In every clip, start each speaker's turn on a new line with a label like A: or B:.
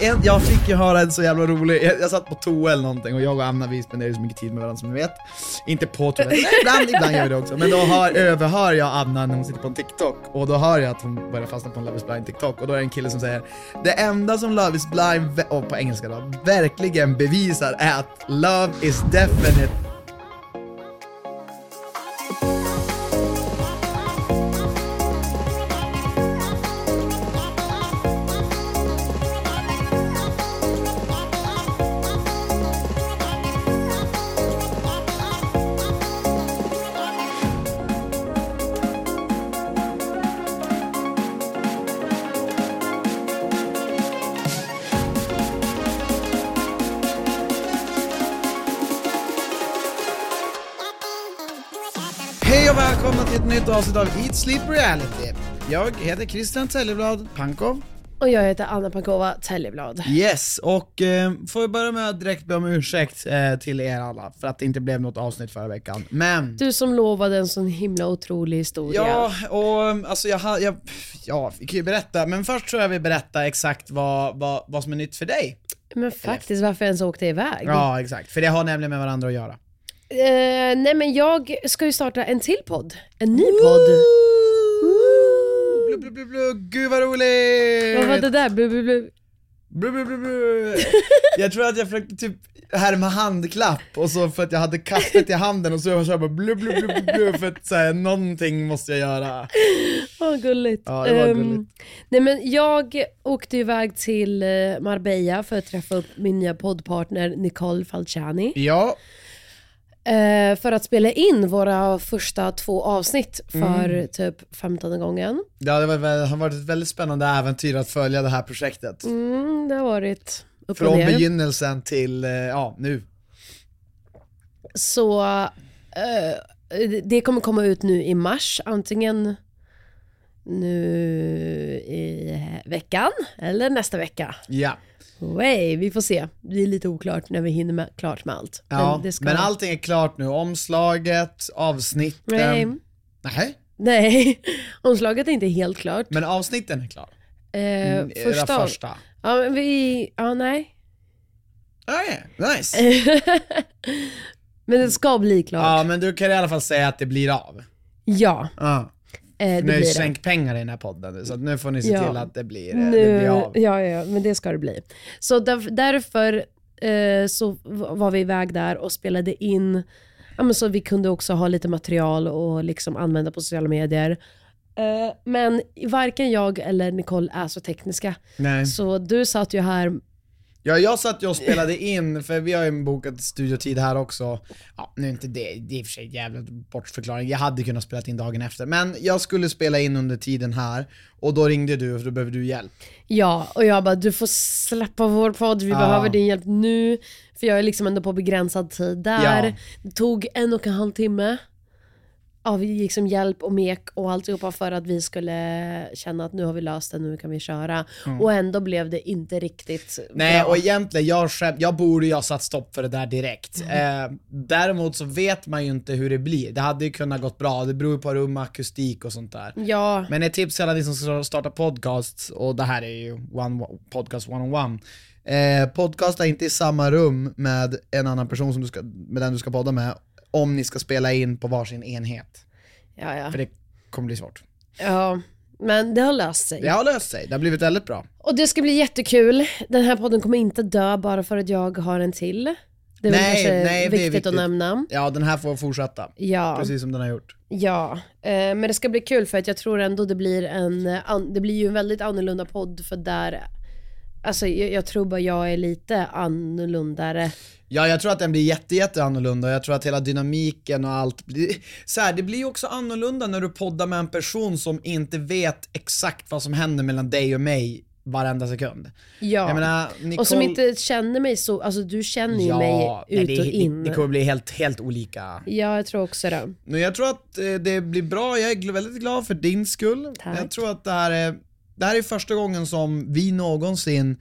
A: En, jag fick ju höra en så jävla rolig, jag, jag satt på toa eller någonting och jag och Anna vi spenderar ju så mycket tid med varandra som ni vet. Inte på toa, men ibland, ibland gör vi det också. Men då hör, överhör jag Anna när hon sitter på en TikTok och då hör jag att hon börjar fastna på en Love is blind TikTok och då är det en kille som säger Det enda som Love is blind, ve- och på engelska då, verkligen bevisar är att Love is definite Hej och välkomna till ett nytt avsnitt av Eat Sleep Reality. Jag heter Christian Telleblad Pankov.
B: Och jag heter Anna Pankova Täljeblad.
A: Yes, och eh, får jag börja med att direkt be om ursäkt eh, till er alla för att det inte blev något avsnitt förra veckan. Men...
B: Du som lovade en sån himla otrolig historia.
A: Ja, och um, alltså jag, ha- jag, ja, vi kan ju berätta, men först tror jag vi berättar exakt vad, vad, vad som är nytt för dig.
B: Men faktiskt, varför jag ens åkte iväg?
A: Ja, exakt. För det har nämligen med varandra att göra.
B: Eh, nej men jag ska ju starta en till podd. En ny podd.
A: Blu, blu, blu, blu. Gud vad
B: Vad var
A: roligt!
B: det där? Blu, blu, blu.
A: Blu, blu, blu, blu. Jag tror att jag försökte typ härma handklapp och så för att jag hade kaffet i handen och så jag så här bara blu, blu, blu, blu, blu, för att så här, någonting måste jag göra.
B: Vad gulligt.
A: Ja, det var
B: Ehm,
A: gulligt.
B: nej men jag åkte iväg till eh, Marbella för att träffa upp min nya poddpartner Nicole Falciani.
A: Ja,
B: Eh, för att spela in våra första två avsnitt för
A: Mm.
B: typ 15 gången.
A: ja det var, väl- har varit ett väldigt spännande äventyr att följa det här projektet.
B: Mm, det har varit upp och
A: Från
B: ner.
A: begynnelsen till, eh, ja, nu.
B: Så eh, det kommer komma ut nu i mars, antingen nu i veckan eller nästa vecka.
A: Ja.
B: Way, vi får se. Det är lite oklart när vi hinner med, klart med allt.
A: ja. Men,
B: det ska-
A: allting är klart nu. Omslaget, avsnitten.
B: Nej,
A: Nej,
B: nej. omslaget är inte helt klart.
A: men avsnitten är klar.
B: Eh,
A: Mm, era
B: första,
A: första.
B: Ja, men vi, ja nej.
A: Ah, ja,
B: Eh,
A: nice.
B: Men det ska bli klart.
A: Ja, men du kan i alla fall säga att det blir av.
B: Ja,
A: Ja.
B: eh, det
A: Nu har ju
B: blir det.
A: skänkt pengar i den här podden, så att nu får ni se
B: Ja.
A: till att det blir, eh, det
B: Nu,
A: blir av.
B: ja, ja, ja, men det ska det bli. Så där, därför eh, så v- var vi iväg där och spelade in, ja, men så vi kunde också ha lite material och liksom använda på sociala medier. Eh, men varken jag eller Nicole är så tekniska.
A: Nej.
B: Så du satt ju här,
A: Ja, jag satt ju och spelade in, för vi har ju bokat studiotid här också. Ja, nu är inte det, det är i och för sig en jävla bortförklaring. Jag hade kunnat spela in dagen efter, men jag skulle spela in under tiden här och då ringde du för då behövde du hjälp.
B: ja, och jag bara du får släppa vår podd, vi behöver din hjälp nu. För jag är liksom ändå på begränsad tid där.
A: Ja.
B: Det tog en och en halv timme av liksom hjälp och mek och alltihopa för att vi skulle känna att nu har vi löst det, nu kan vi köra. Och ändå blev det inte riktigt
A: Mm. Nej,
B: bra.
A: och egentligen, jag, skäm, jag borde ju ha satt stopp för det där direkt.
B: Mm.
A: Eh, däremot så vet man ju inte hur det blir. Det hade ju kunnat gått bra, det beror ju på rum, akustik och sånt där.
B: Ja,
A: Men ett tips till alla ni som ska starta podcasts, och det här är ju one, podcast one on one. Eh, podcasta inte i samma rum med en annan person som du ska, med den du ska podda med, om ni ska spela in på varsin enhet.
B: ja, ja.
A: För det kommer bli svårt.
B: ja. Men det har löst sig.
A: Det har löst sig, det har blivit väldigt bra.
B: Och det ska bli jättekul. Den här podden kommer inte dö bara för att jag har en till. Det är väl
A: Nej,
B: kanske
A: nej, det är
B: viktigt, att
A: viktigt.
B: nämna.
A: Ja, den här får fortsätta.
B: Ja,
A: Precis som den har gjort.
B: ja. Eh, men det ska bli kul för att jag tror ändå det blir en, eh, an- det blir ju en väldigt annorlunda podd för där, alltså jag, jag tror bara jag är lite annorlundare.
A: Ja, jag tror att den blir jätte, jätte annorlunda. Jag tror att hela dynamiken och allt blir... Så här, det blir ju också annorlunda när du poddar med en person som inte vet exakt vad som händer mellan dig och mig varenda sekund.
B: Ja.
A: Jag menar, Nicole...
B: Och som inte känner mig så, alltså du känner ju
A: ja,
B: mig
A: nej,
B: ut
A: det,
B: och
A: det-
B: in.
A: Det kommer bli helt, helt olika.
B: Ja, jag tror också det.
A: Men jag tror att eh, det blir bra, jag är gl- väldigt glad för din skull.
B: Tack.
A: Jag tror att det här är, det här är första gången som vi någonsin,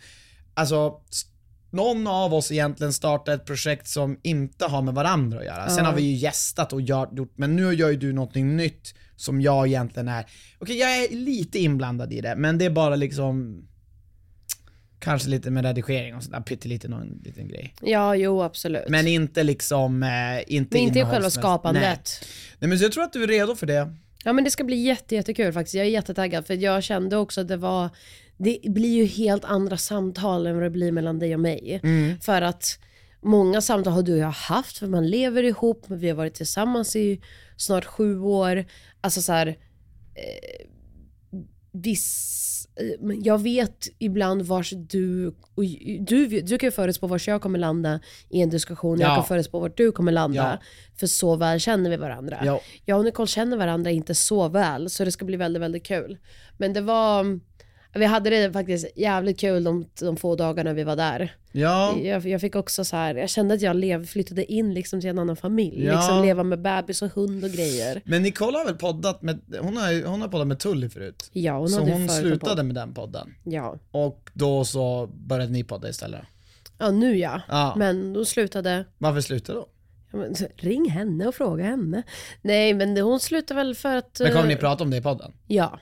A: alltså s- någon av oss egentligen startar ett projekt som inte har med varandra att göra. Sen har vi ju gästat och gör- gjort, men nu gör ju du någonting nytt som jag egentligen är, okej jag är lite inblandad i det, men det är bara liksom Kanske lite med redigering och sådär, pyttelite någon liten grej.
B: Ja, jo absolut.
A: Men inte liksom, eh, inte
B: Men inte i själva
A: innehållsmässigt. Nej.
B: skapandet.
A: Nej men så jag tror att du är redo för det.
B: Ja men det ska bli jätte, jättekul faktiskt. Jag är jättetaggad för jag kände också att det var, det blir ju helt andra samtal än vad det blir mellan dig och mig.
A: Mm.
B: För att många samtal har du och jag haft för man lever ihop, men vi har varit tillsammans i snart sju år. Alltså så här, eh, viss, eh, men jag vet ibland vars du, och du, du kan ju förutspå vars jag kommer landa i en diskussion, jag
A: Ja.
B: kan förutspå vart du kommer landa.
A: Ja.
B: För så väl känner vi varandra.
A: Ja.
B: Jag och Nicole känner varandra inte så väl, så det ska bli väldigt, väldigt kul. Men det var, vi hade det faktiskt jävligt kul de, de få dagarna vi var där.
A: Ja.
B: Jag, jag fick också så här, jag kände att jag lev, flyttade in liksom till en annan familj.
A: Ja.
B: Liksom leva med bebis och hund och grejer.
A: Men Nicole har väl poddat med, hon har, ju- hon har poddat med Tully förut.
B: Ja, hon
A: så
B: hade ju
A: hon
B: förut en
A: slutade
B: podd.
A: med den podden.
B: Ja.
A: Och då så började ni podda istället.
B: ja, nu ja.
A: Ja.
B: Men då slutade,
A: Varför slutade då?
B: ja, men, ring henne och fråga henne. Nej men hon slutade väl för att...
A: Men kommer ni
B: eh,
A: prata om det i podden?
B: Ja.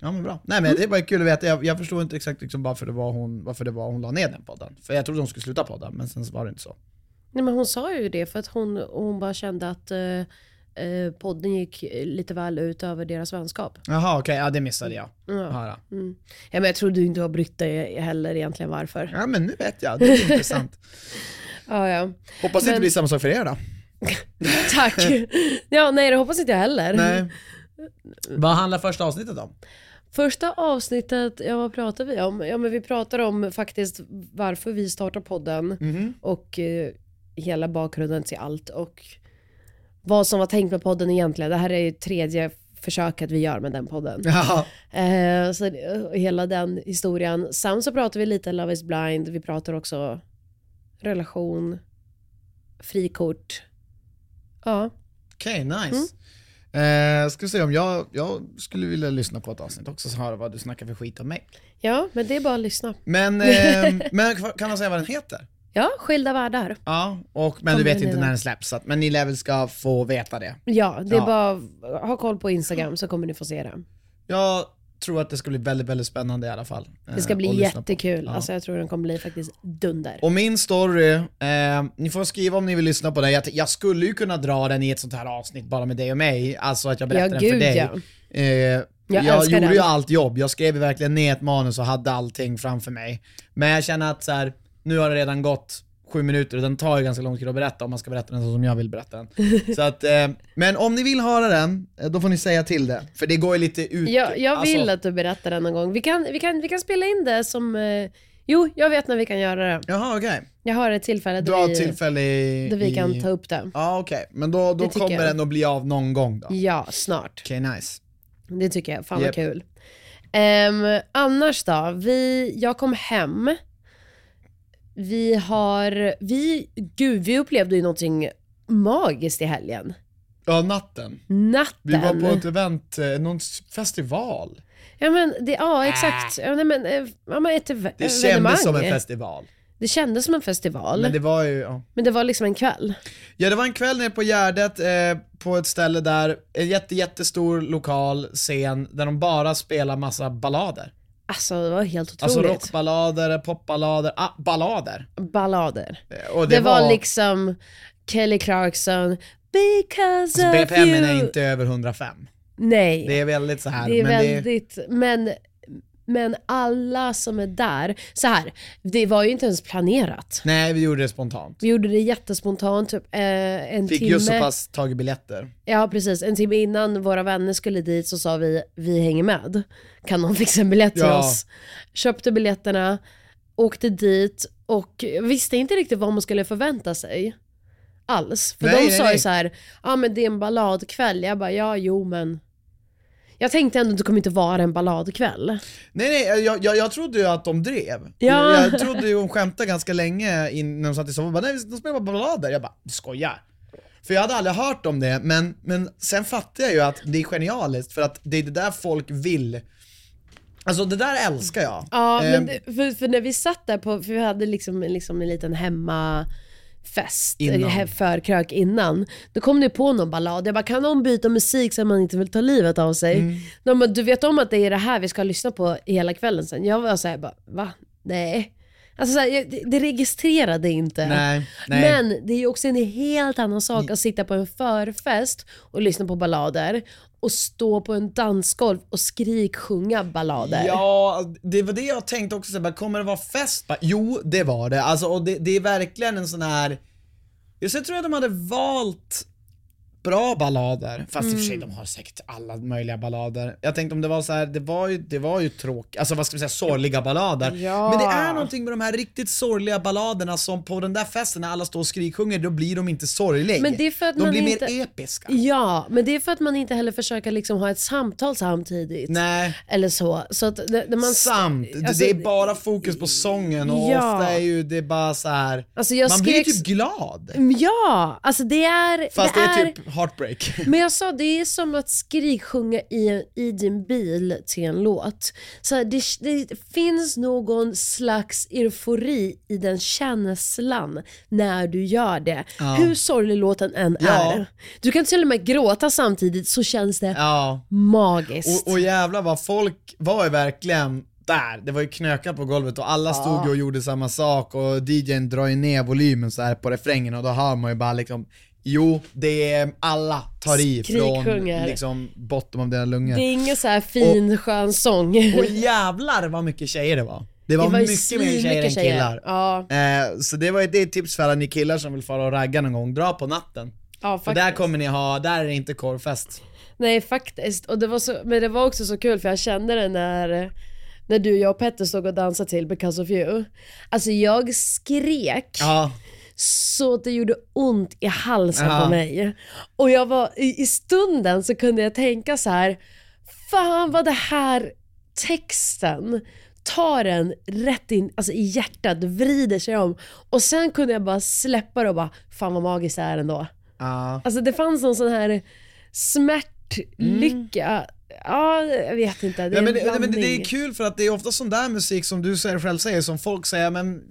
A: Ja men bra. Nej men
B: Mm.
A: det var kul att veta, jag, jag förstod inte exakt liksom varför, det var hon, varför det var hon la ner den podden. För jag trodde hon skulle sluta podda, men sen så var det inte så.
B: Nej men hon sa ju det för att hon, hon bara kände att eh, eh, podden gick eh, lite väl ut över deras vänskap.
A: Jaha okej, ja det missade jag.
B: Ja.
A: Höra.
B: Mm. Ja, men jag tror du inte har brytt dig heller egentligen varför.
A: Ja men nu vet jag, det är intressant.
B: Ja, ja.
A: Hoppas det
B: Men-
A: inte blir samma sak för er då.
B: Tack. ja, nej det hoppas inte jag heller.
A: Nej. Vad handlar första avsnittet om?
B: Första avsnittet, ja vad pratar vi om? Ja men vi pratar om faktiskt varför vi startar podden och eh, hela bakgrunden till allt och vad som var tänkt med podden egentligen. Det här är ju tredje försöket vi gör med den podden.
A: Ja.
B: Eh, så, eh, hela den historien. Sen så pratar vi lite Love is blind, vi pratar också relation, frikort. Ja,
A: Okej, nice.
B: Mm.
A: Eh, ska vi se om jag, jag skulle vilja lyssna på ett avsnitt också så höra vad du snackar för skit om mig.
B: ja men det är bara att lyssna.
A: Men, eh, men kan man säga vad den heter?
B: Ja, skilda världar.
A: Ja, och, men du vet
B: Kommer den
A: inte
B: redan?
A: när den släpps, så att, men ni lär väl ska få veta det.
B: Ja, det är
A: Ja.
B: bara ha koll på Instagram så kommer ni få se det.
A: Jag tror att det ska bli väldigt, väldigt spännande i alla fall. eh,
B: Det ska
A: att
B: bli
A: lyssna på.
B: jättekul.
A: Ja.
B: Alltså jag tror den kommer bli faktiskt dunder.
A: Och min story, eh, ni får skriva om ni vill lyssna på den. Jag, jag skulle ju kunna dra den i ett sånt här avsnitt bara med dig och mig, alltså att jag berättar
B: Ja,
A: den
B: gud,
A: för dig.
B: ja.
A: Eh, jag
B: älskar
A: gjorde
B: den.
A: ju allt jobb, jag skrev ju verkligen ner ett manus och hade allting framför mig. Men jag känner att så här, nu har det redan gått sju minuter och den tar ju ganska lång tid att berätta om man ska berätta den så som jag vill berätta den. så att, eh, men om ni vill höra den, eh, då får ni säga till det. För det går ju lite ut...
B: Jag, jag vill
A: alltså-
B: att du berättar den någon gång. Vi kan, vi, kan, vi kan spela in det som... Eh, jo, jag vet när vi kan göra det.
A: Jaha okej,
B: Jag har ett tillfälle
A: du har
B: där vi,
A: ett tillfälle i...
B: där vi kan
A: i-
B: ta upp det.
A: Ja okej, men då, då
B: Det tycker
A: kommer
B: jag.
A: den att bli av någon gång då.
B: Ja, snart.
A: Okej, nice.
B: Det tycker jag. Fan vad
A: Japp.
B: kul. Ehm, annars då? Vi, jag kom hem. Vi har... Vi, gud, vi upplevde ju någonting magiskt i helgen.
A: Ja, natten.
B: Natten.
A: Vi var på ett event, eh, någon s- festival.
B: Ja, men det, ja exakt. Ja, nej, men, eh, ja, men ett ev-
A: Ah. Det
B: evenemang.
A: kändes som en festival.
B: Det kändes som en festival.
A: Men det var ju, ja.
B: var liksom en kväll.
A: ja det var en kväll nere på Gärdet eh, på ett ställe där, en jätte, jättestor lokal scen där de bara spelar massa ballader.
B: Alltså det var helt otroligt.
A: Alltså rockballader, popballader, ah, ballader.
B: Ballader.
A: Eh, Och
B: Det,
A: det,
B: var, liksom Kelly Clarkson, because of
A: BPM
B: you.
A: är inte över 105.
B: Nej.
A: Det är väldigt så här.
B: Det är
A: men
B: väldigt, men, men alla som är där, så här, det var ju inte ens planerat.
A: Nej, vi gjorde det spontant.
B: Vi gjorde det jättespontant, typ eh, en
A: Fick
B: timme.
A: just så pass tagit biljetter.
B: Ja precis, en timme innan våra vänner skulle dit så sa vi, vi hänger med. Kan någon fixa en biljett till
A: Ja.
B: oss? Köpte biljetterna, åkte dit och visste inte riktigt vad man skulle förvänta sig. Alls. För
A: Nej,
B: de
A: nej,
B: sa
A: nej.
B: ju så här, ja men det är en balladkväll. Jag bara, ja jo men. Jag tänkte ändå att det kommer inte vara en balladkväll.
A: Nej, nej, jag, jag, jag trodde ju att de drev.
B: Ja.
A: Jag, jag trodde ju hon skämtade ganska länge innan de satt i soffan. Bara, Nej, de spelar bara ballader. Jag bara, du skojar. För jag hade aldrig hört om det, men, men sen fattade jag ju att det är genialiskt för att det är det där folk vill. Alltså det där älskar jag.
B: Ja,
A: Eh,
B: men det, för, för när vi satt där på, för vi hade liksom, liksom en liten hemmafest
A: Innan.
B: eh, he- för krök innan. Då kom det på någon ballad. Jag bara, kan någon byta musik så att man inte vill ta livet av sig?
A: Mm.
B: De bara, du vet om att det är det här vi ska lyssna på hela kvällen sen? Jag var såhär, bara, va? Nej. Alltså så här, jag- det, det registrerade inte.
A: Nej, nej. Mm.
B: Men det är ju också en helt annan sak att sitta på en förfest och lyssna på ballader och stå på en dansgolv och skriksjunga ballader.
A: Ja, det var det jag tänkte också, så här, bara, kommer det vara fest? Bara, jo, det var det. Alltså, och det, det är verkligen en sån här... Just jag tror att de hade valt bra ballader, fast i och för
B: Mm.
A: sig de har säkert alla möjliga ballader. Jag tänkte om det var så här, det var ju, det var ju tråkigt, alltså vad ska vi säga, sorgliga ballader.
B: Ja.
A: Men det är någonting med de här riktigt sorgliga balladerna som på den där festen när alla står och skriksjunger, då blir de inte sorgliga.
B: Men det är för att
A: de
B: man
A: blir
B: inte-
A: mer episka.
B: Ja, men det är för att man inte heller försöker liksom ha ett samtal samtidigt.
A: Nej.
B: Eller så. så att när när man,
A: Sant!
B: alltså-
A: det är bara fokus på sången och
B: Ja.
A: ofta är ju det bara så här.
B: Alltså, jag
A: man blir
B: skrek-
A: typ glad.
B: Ja, alltså det är...
A: Fast det är
B: är
A: typ heartbreak.
B: Men jag sa, det är som att skriksjunga i, i din bil till en låt. Så här, det, det finns någon slags eufori i den känslan när du gör det. Hur sorglig låten än
A: Ja.
B: är. Du kan till och med gråta samtidigt så känns det
A: Ja.
B: magiskt.
A: Och, och jävlar vad folk var ju verkligen där. Det var ju knökar på golvet och alla stod ju och gjorde samma sak och DJn drar ju ner volymen så här på refrängen och då hör man ju bara liksom Jo, det är alla tar i från
B: Skriksjunger.
A: liksom botten av deras lungor.
B: Det är ingen så här fin skön sång.
A: Och jävlar vad mycket tjejer det var. Det var,
B: Det var ju
A: mycket mer tjejer än
B: svinmycket tjejer.
A: killar.
B: Ja.
A: Eh, så det var ju- det är ett tips för alla ni killar som vill fara och ragga någon gång, dra på natten.
B: Ja,
A: För
B: faktiskt.
A: där kommer ni ha, där är det inte korvfest.
B: Nej faktiskt, och det var så, men det var också så kul för jag kände det när, när du, jag och Petter stod och dansade till Because of you. Alltså jag skrek
A: Ja,
B: så att det gjorde ont i halsen
A: Ja.
B: på mig. Och jag var, i, i stunden så kunde jag tänka så här, fan vad det här texten tar en rätt in alltså i hjärtat, vrider sig om. Och sen kunde jag bara släppa det och bara, fan vad magiskt det är ändå.
A: ja.
B: Alltså det fanns någon sån här smärtlycka. Ja, jag vet inte. Det
A: Nej,
B: är
A: men,
B: en
A: det, nej, men det, det
B: blandning.
A: är kul för att det är ofta sån där musik som du säger, själv säger, som folk säger men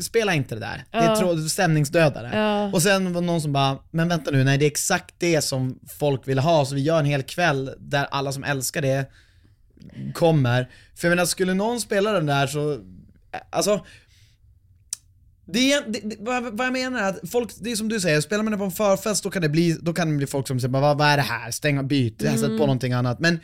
A: spela inte det där, det är trå- stämningsdödare.
B: Ja.
A: Och sen var det någon som bara, men vänta nu, nej det är exakt det som folk vill ha, så vi gör en hel kväll där alla som älskar det kommer. För jag menar, skulle någon spela den där så, alltså det, är- det, det, vad, vad jag menar är att folk, det är som du säger, spelar man det på en förfest då kan det bli, då kan det bli folk som säger bara, vad, vad är det här, stäng av, byt, sätt på någonting annat. Men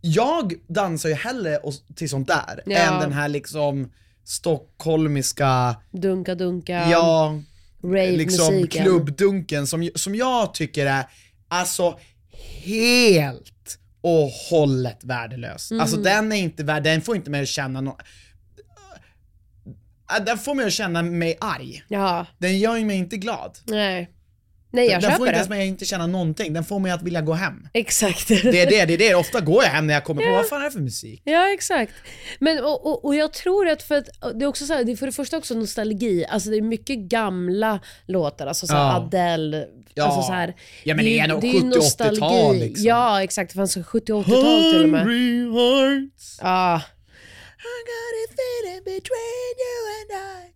A: jag dansar ju hellre och, till sånt där,
B: Ja.
A: än den här liksom stockholmiska,
B: Dunka dunka,
A: ja, liksom
B: rave-musiken.
A: klubbdunken som, som jag tycker är, alltså helt och hållet värdelös. Alltså den är inte värd, den får inte mig att känna någon, Äh, den får mig att känna mig arg.
B: Ja,
A: Den gör ju mig inte glad.
B: nej. Nej, jag
A: den får
B: köper
A: inte
B: det.
A: ens mig att inte känna någonting, den får mig att vilja gå hem.
B: Exakt.
A: Det är det, det är det. Ofta går jag hem när jag kommer på vad fan är det för musik?
B: Ja, exakt. Men, och, och, och jag tror att, för att det är också så här, det är för det första också nostalgi. Alltså det är mycket gamla låtar, alltså så här
A: Ja.
B: Adele.
A: Ja.
B: Alltså så här,
A: Ja, men det är nog
B: ju
A: 70- 80-tal
B: nostalgi.
A: liksom.
B: Ja, exakt. Det fanns 70 och 80-tal till och med.
A: hearts,
B: Ja.
A: I got a feeling between you and I.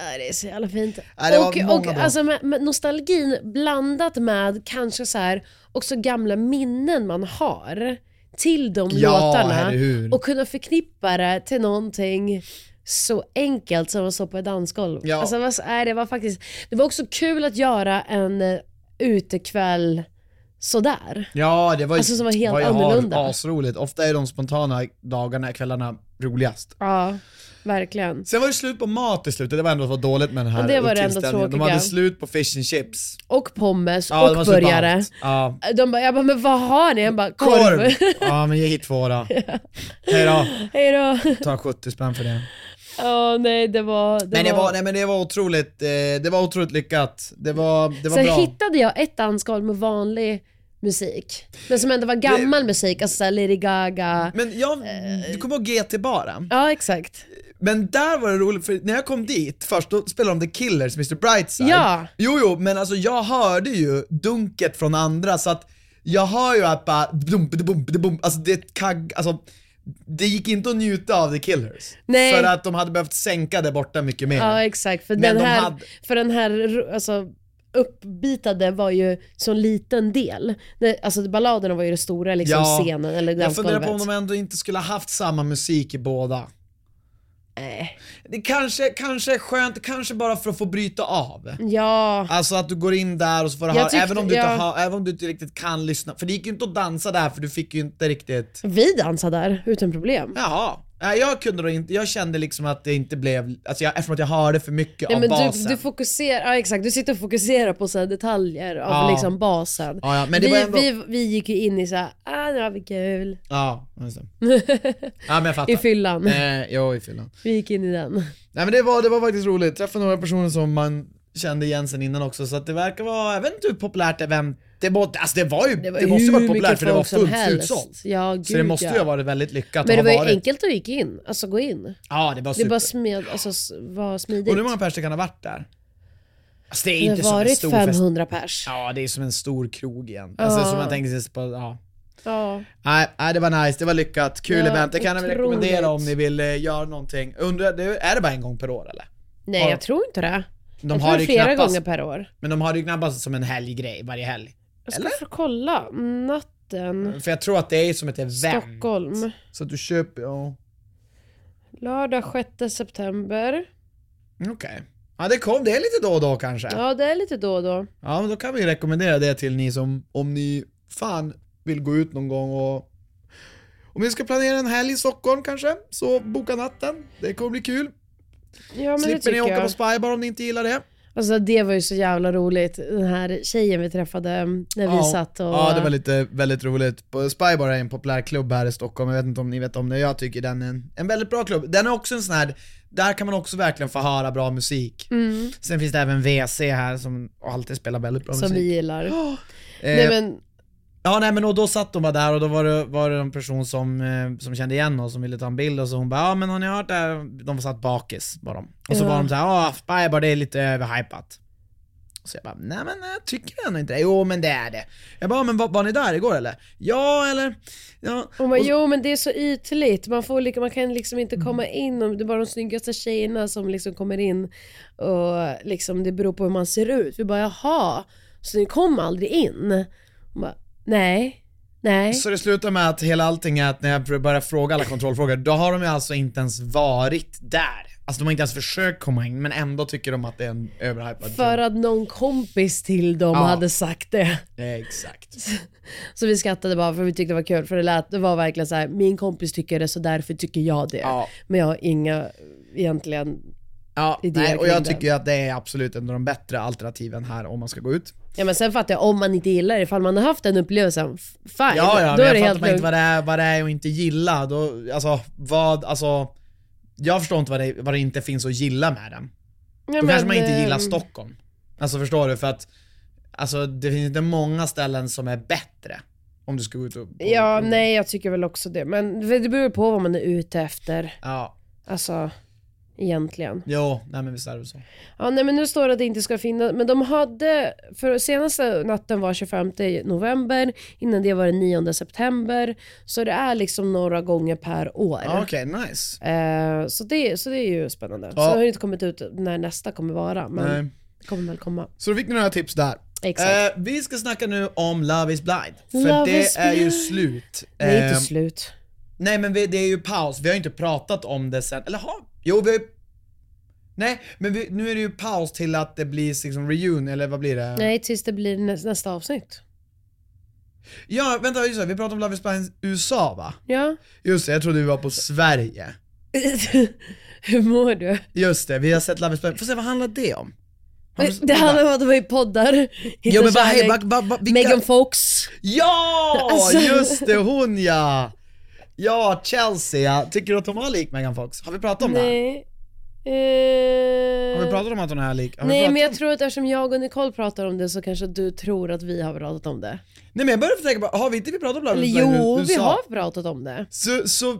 B: Ja, det är så jävla fint.
A: Ja, det var
B: och
A: många
B: och
A: bra.
B: alltså, med, med nostalgin blandat med kanske så här, också gamla minnen man har till de
A: Ja,
B: låtarna.
A: herregud.
B: Och kunna förknippa det till någonting så enkelt som att stå på ett dansgolv.
A: Ja.
B: Alltså, vad, nej, det, var faktiskt, det var också kul att göra en eh, utekväll sådär.
A: Ja, det var ju,
B: Alltså, som var helt
A: ju har-
B: annorlunda.
A: asroligt. Ofta är de spontana dagarna, kvällarna roligast.
B: Ja, verkligen.
A: Sen var det slut på mat i slutet, det var ändå vad dåligt med den här
B: Ja, det var det enda
A: tillställningen. De
B: tråkiga.
A: hade slut på fish and chips.
B: Och pommes
A: Ja, de
B: och
A: hade slut på
B: burgare.
A: allt. Ja.
B: De bara, jag bara, men vad har ni? Jag bara, korv.
A: Korv! ja men ge hit två då. Hej då.
B: Hej då.
A: Ta 70 spänn för det.
B: Ja, nej det var... Det
A: Men det var, nej, men det var otroligt, eh, det var otroligt lyckat. Det var, det var
B: Sen
A: bra.
B: hittade jag ett dansgolv med vanlig musik. Men som ändå var gammal musik, alltså såhär Lady Gaga.
A: Men jag, du kommer ihåg GT bara?
B: Ja exakt.
A: Men där var det roligt, för när jag kom dit först, då spelade de The Killers, Mr Brightside.
B: Ja.
A: Jo, jo, men alltså jag hörde ju dunket från andra, så att jag hör ju att bara, dum, dum, dum, alltså det kagg, alltså det gick inte att njuta av The Killers.
B: Nej.
A: För att de hade behövt sänka det borta mycket mer.
B: Ja exakt. För
A: Men
B: den
A: de
B: här,
A: hade-
B: för den här alltså, uppbitade var ju så liten del. Det, alltså balladerna var ju det stora liksom,
A: Ja.
B: scenen eller
A: jag funderar på om
B: dansgolvet.
A: de ändå inte skulle ha haft samma musik i båda.
B: Nej.
A: Det kanske, kanske är skönt, kanske bara för att få bryta av.
B: Ja,
A: Alltså att du går in där och så får du
B: Mm. Jag
A: höra,
B: tyckte-
A: även, om du
B: ja.
A: inte har, även om du inte riktigt kan lyssna, för det gick ju inte att dansa där för du fick ju inte riktigt,
B: vi dansade där utan problem.
A: jaha. Nej, jag kunde då inte, jag kände liksom att det inte blev, alltså jag, eftersom att jag hörde för mycket
B: Nej,
A: av
B: men du,
A: basen.
B: du fokuserar, ja exakt, du sitter och fokuserar på så här detaljer av
A: Ja.
B: liksom basen.
A: Ja, ja, men det
B: vi,
A: var ändå-
B: vi, vi gick ju in i såhär, ah nu har vi kul.
A: Ja, just det. ja men jag fattar.
B: I fyllan.
A: Eh, jo, i fyllan.
B: Vi gick in i den.
A: Nej men det var, det var faktiskt roligt, träffade några personer som man kände igen sen innan också så att det verkar vara, jag vet inte hur populärt event, det, må, alltså det var ju, det, måste ju
B: hur
A: varit
B: mycket
A: populärt för det var
B: folk som
A: fullt
B: helst.
A: utsålt.
B: Ja, gud,
A: Så det måste
B: ja.
A: ju ha varit väldigt lyckat
B: Men det
A: att
B: var
A: ha
B: ju
A: varit.
B: enkelt att gick in, alltså gå in.
A: Ja det var
B: Det
A: super.
B: bara smed, alltså s- var smidigt.
A: Och hur många personer kan ha varit där? Alltså det är
B: det
A: inte
B: har
A: som en
B: varit
A: stor fest.
B: 500 pers. Ja.
A: Ja, det är som en stor krog igen. Alltså som man tänker sig på, ja.
B: Ja.
A: Nej, nej, det var nice, det var lyckat, kul
B: Ja,
A: event. Det kan jag väl
B: otroligt.
A: rekommendera om ni vill eh, göra någonting. Undrar, det, är det bara en gång per år eller?
B: Nej
A: Ja.
B: jag tror inte det.
A: De
B: jag
A: har
B: tror
A: det ju
B: flera
A: knappast,
B: gånger per år.
A: Men de har det ju knappast som en helggrej varje helg.
B: Jag ska få kolla. Natten,
A: För jag tror att det är som ett event.
B: Stockholm.
A: Så att du köper, ja.
B: Lördag 6 september.
A: Okej. Ja det kom, det är lite då och då kanske.
B: Ja det är lite då och då.
A: Ja, men då kan vi rekommendera det till ni som, om ni fan vill gå ut någon gång och om ni ska planera en helg i Stockholm kanske, så boka natten. Det kommer bli kul.
B: Ja men det
A: Slipper ni
B: tycker
A: åka
B: jag.
A: på Spybar om ni inte gillar det.
B: Alltså det var ju så jävla roligt. Den här tjejen vi träffade mm, när vi satt och...
A: ja, det var lite väldigt roligt. På- Spybar är en populär klubb här i Stockholm, jag vet inte om ni vet om det. Jag tycker den är en, en väldigt bra klubb. Den är också en sån här, där kan man också verkligen få höra bra
B: Mm.
A: musik. Sen finns det även WC här som alltid spelar väldigt bra
B: Som vi
A: musik.
B: gillar.
A: Eh,
B: Nej men
A: Ja nej men och då satt de bara där och då var det, var det en person som, eh, som kände igen oss som ville ta en bild och så hon bara ja men har ni hört det här? De satt bakis var de. Och så "Ah,
B: Ja.
A: var de såhär ja Spybar det är lite överhypat. Så jag bara nej men jag tycker ändå inte det. Jo men det är det. Jag bara men var, var ni där igår eller? Ja eller? Ja.
B: hon bara,
A: Och så-
B: jo men det är så ytligt, man, får, lika- man kan liksom inte komma in, och det är bara de snyggaste tjejerna som liksom kommer in och liksom, det beror på hur man ser ut. Vi bara jaha, så ni kom aldrig in? Hon bara, nej, nej.
A: Så det slutar med att hela allting är att när jag börjar fråga alla kontrollfrågor, då har de ju alltså inte ens varit där. Alltså de har inte ens försökt komma in men ändå tycker de att det är en överhypad
B: För
A: klubb.
B: att någon kompis till dem
A: Ja.
B: hade sagt det.
A: Exakt.
B: Så vi skrattade bara för vi tyckte det var kul, för det, lät, det var verkligen så här: min kompis tycker det så därför tycker jag det.
A: Ja.
B: Men jag har inga egentligen
A: Ja,
B: idéer
A: nej, och
B: kring
A: jag
B: det.
A: tycker ju att det är absolut en av de bättre alternativen här om man ska gå ut.
B: Ja men sen fattar jag om man inte gillar det, ifall man har haft den upplevelsen, f- fine.
A: Ja, ja,
B: då
A: men
B: är
A: jag fattar
B: det helt
A: bara inte
B: lugnt.
A: vad det, är, vad det är och inte gilla. Då, alltså, vad, alltså, jag förstår inte vad det, vad det inte finns att gilla med den.
B: Ja,
A: Då kanske man inte
B: ehm,
A: gillar Stockholm. Alltså förstår du? För att alltså, det finns inte många ställen som är bättre. Om du ska gå ut och... på-
B: Ja, nej jag tycker väl också det. Men det beror på vad man är ute efter.
A: Ja,
B: Alltså, egentligen.
A: jo, nej men visst är det så.
B: Ja, nej men nu står det att det inte ska finnas, men de hade, för senaste natten var 25 november, innan det var den 9 september. Så det är liksom några gånger per år.
A: Ja, Okej, nice.
B: Eh, så, det, så det är ju spännande. Så
A: Ja.
B: det har ju inte kommit ut när nästa kommer vara, men
A: Nej.
B: det kommer väl komma.
A: Så då fick ni några tips där.
B: Exakt.
A: Eh, vi ska snacka nu om Love is blind. För
B: Love
A: det
B: is
A: är ju
B: blind.
A: slut.
B: Det är
A: Ehm,
B: inte slut.
A: Nej men vi, det är ju paus, vi har ju inte pratat om det sen, eller har Jo vi har ju... Nej, men vi, nu är det ju paus till att det blir liksom reunion, eller vad blir det?
B: Nej, tills det blir nä- nästa avsnitt.
A: Ja, vänta, just det, vi pratade om Love is blind USA va?
B: Ja.
A: Just det, jag trodde vi var på Sverige.
B: Hur mår du?
A: Just det, vi har sett Love is blind, får se vad handlar det om? Har du-
B: Det handlar om att de är i poddar.
A: Jo
B: hittar
A: men vad,
B: kärlek.
A: vad, vad, vad, vilka...
B: Megan Fox.
A: Ja!
B: Alltså-
A: Just det, hon ja! Ja, Chelsea ja. Tycker du att hon var lik Megan Fox? Har vi pratat om det?
B: Nej.
A: här?
B: Eh,
A: Har vi pratat om att hon är lik? Har vi
B: Nej
A: pratat
B: men jag
A: om-
B: tror att eftersom jag och Nicole pratar om det så kanske du tror att vi har pratat om det.
A: Nej men jag börjar tänka på, har vi inte vi pratat om Love
B: Eller
A: is blind i
B: jo, vi
A: USA?
B: har pratat om det.
A: Så, så,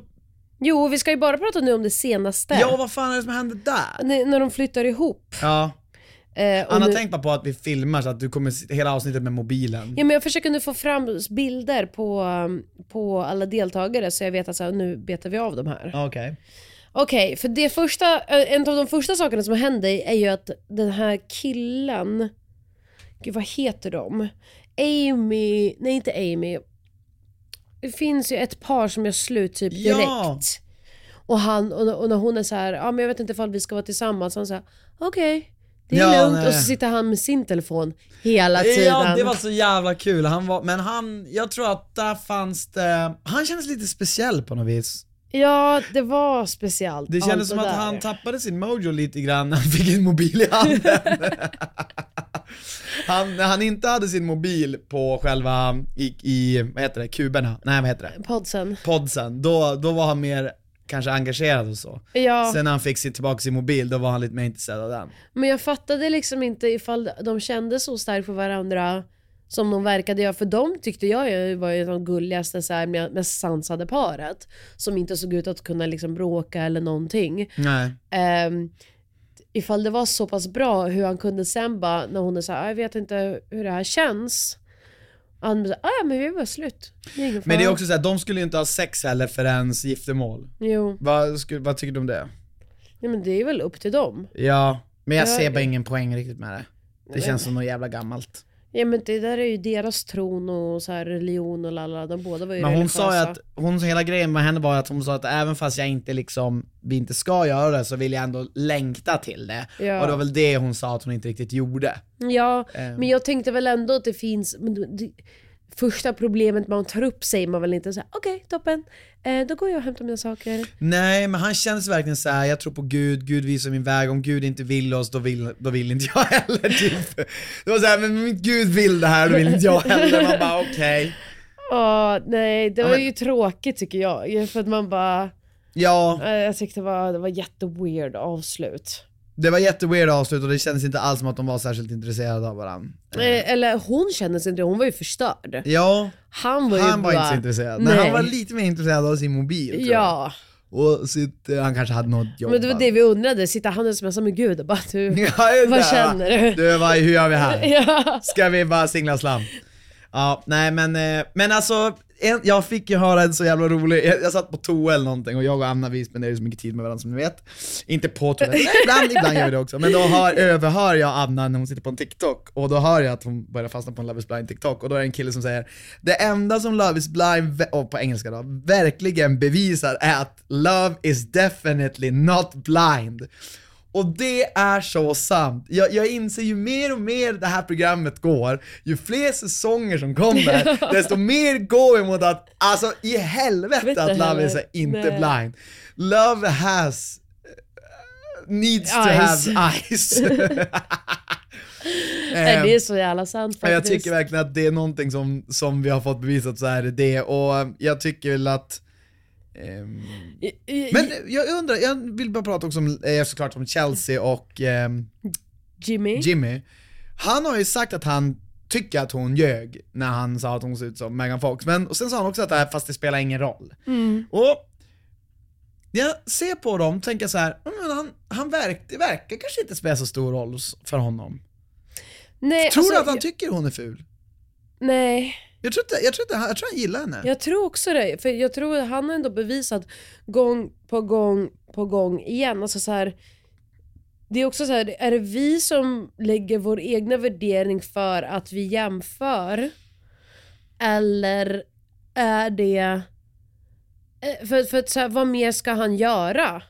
B: Jo, vi ska ju bara prata nu om det senaste.
A: ja vad fan är det som händer där?
B: N- när de flyttar ihop.
A: Ja,
B: Eh, och
A: Anna
B: nu-
A: tänk bara på att vi filmar så att du kommer se hela avsnittet med mobilen.
B: Ja, men jag försöker nu få fram bilder på, um, på alla deltagare så jag vet att så här, nu betar vi av de här.
A: Okej.
B: Okej, för det första, eh, en av de första sakerna som hände är ju att den här killen, gud vad heter de? Amy, nej inte Amy. Det finns ju ett par som gör slut typ
A: Ja.
B: direkt. Och, han, och, och när hon är så här, ja men jag vet inte ifall vi ska vara tillsammans, han säger okej, det är
A: Ja,
B: lugnt.
A: nej.
B: Och så sitter han med sin telefon hela tiden.
A: Eh, Ja, det var så jävla kul. Han var, men han, jag tror att där fanns det, han kändes lite speciell på något vis.
B: Ja, det var speciellt.
A: Det
B: allt
A: kändes som att
B: där.
A: han tappade sin mojo lite grann när han fick en mobil i handen. han, när han inte hade sin mobil på själva, i, i vad heter det, kuberna? Nej vad heter det?
B: Podsen.
A: Podsen. Då, då var han mer kanske engagerad och så.
B: Ja.
A: Sen när han fick sin, tillbaka sin mobil, då var han lite mer intresserad av den.
B: Men jag fattade liksom inte ifall de kände så starkt för varandra som de verkade göra. För de tyckte jag ju var ju de gulligaste, så här, med- mest sansade paret. Som inte såg ut att kunna liksom bråka eller någonting.
A: Nej.
B: Um, ifall det var så pass bra hur han kunde sen bara, när hon är så här, "Ah, jag vet inte hur det här känns. Han bara, ah, ja men vi är bara slut. Det är ingen
A: Men det är
B: fara."
A: också såhär, de skulle ju inte ha sex heller förrän giftermål.
B: Jo,
A: Vad, skulle, vad tycker du om det?
B: Nej, men det är väl upp till dem.
A: Ja, men jag
B: Ja,
A: ser
B: det-
A: bara ingen poäng riktigt med det. Det känns som något jävla gammalt.
B: Ja men det där är ju deras tron och så här religion och lalla. De båda var ju
A: Men hon
B: religiösa.
A: sa ju att, hon, hela grejen med henne var ju att hon sa att även fast jag inte liksom, vi inte ska göra det så vill jag ändå längta till det.
B: Ja.
A: Och det var väl det hon sa att hon inte riktigt gjorde.
B: Mm, Ja,
A: Ehm.
B: men jag tänkte väl ändå att det finns... men du- du- Första problemet man tar upp säger man väl inte så här: okej toppen, eh, då går jag och hämtar mina saker.
A: Nej men han känns verkligen så här. jag tror på Gud, Gud visar min väg, om Gud inte vill oss då vill, då vill inte jag heller typ. Det var såhär, men om inte Gud vill det här då vill inte jag heller. Man bara okej.
B: Ja, nej det var
A: men-
B: ju tråkigt tycker jag. För att man bara,
A: Ja,
B: eh, jag tyckte det var, det var jätteweird avslut.
A: det var jätteweird avslut och det kändes inte alls som att de var särskilt intresserade av varandra.
B: Eh, eller hon kände sig inte, hon var ju förstörd.
A: Ja,
B: Han var ju
A: han var
B: bara...
A: inte så intresserad. Nej. han var lite mer intresserad av sin mobil tror jag.
B: Ja,
A: Och sitt, eh, han kanske hade något jobb.
B: men det var
A: va?
B: det vi undrade. Sitter han och smsar med gud och bara du,
A: Ja, just
B: vad
A: det.
B: känner du?
A: Du, vad, hur gör vi här?
B: ja.
A: Ska vi bara singla slam? Ja, nej men, eh, men alltså, en, jag fick ju höra en så jävla rolig, jag, jag satt på toa eller någonting och jag och Anna vi spenderar ju så mycket tid med varandra som ni vet. Inte på toa, Nej, ibland, ibland gör vi det också. Men då hör, överhör jag Anna när hon sitter på en TikTok och då hör jag att hon börjar fastna på en Love is blind TikTok och då är det en kille som säger Det enda som Love is blind, ve- och på engelska då, verkligen bevisar är att Love is definitely not blind. Och det är så sant. Jag, jag inser ju mer och mer det här programmet går, ju fler säsonger som kommer, desto mer går vi mot att, alltså i helvete
B: Vete
A: att Love
B: heller.
A: is inte
B: Nej.
A: blind. Love has, uh, needs to
B: Eyes.
A: have eyes.
B: Nej,
A: Ehm,
B: det är så jävla sant
A: Ja,
B: faktiskt.
A: Eh, jag tycker verkligen att det är någonting som, som vi har fått bevisat så är det det och eh, jag tycker väl att ehm,
B: Men...
A: men jag undrar, jag vill bara prata också om, eh, såklart om Chelsea och ehm,
B: Jimmy?
A: Jimmy, han har ju sagt att han tycker att hon ljög när han sa att hon ser ut som Megan Fox, men och sen sa han också att det här, fast det spelar ingen roll.
B: Mm.
A: Och jag ser på dem tänker så här, "Mm, men han, han verk, det verkar kanske inte spela så stor roll s- för honom.
B: Nej,
A: Tror du
B: Eh, alltså,
A: att han
B: jag-
A: tycker hon är ful?
B: Nej,
A: Jag tror, inte, jag, tror inte, han- jag tror han gillar henne.
B: jag tror också det. För jag tror att han har ändå bevisat gång på gång på gång igen. Alltså så här, det är också så här, är det vi som lägger vår egna värdering för att vi jämför? Eller är det... eh, För, för att så här, vad mer ska han göra?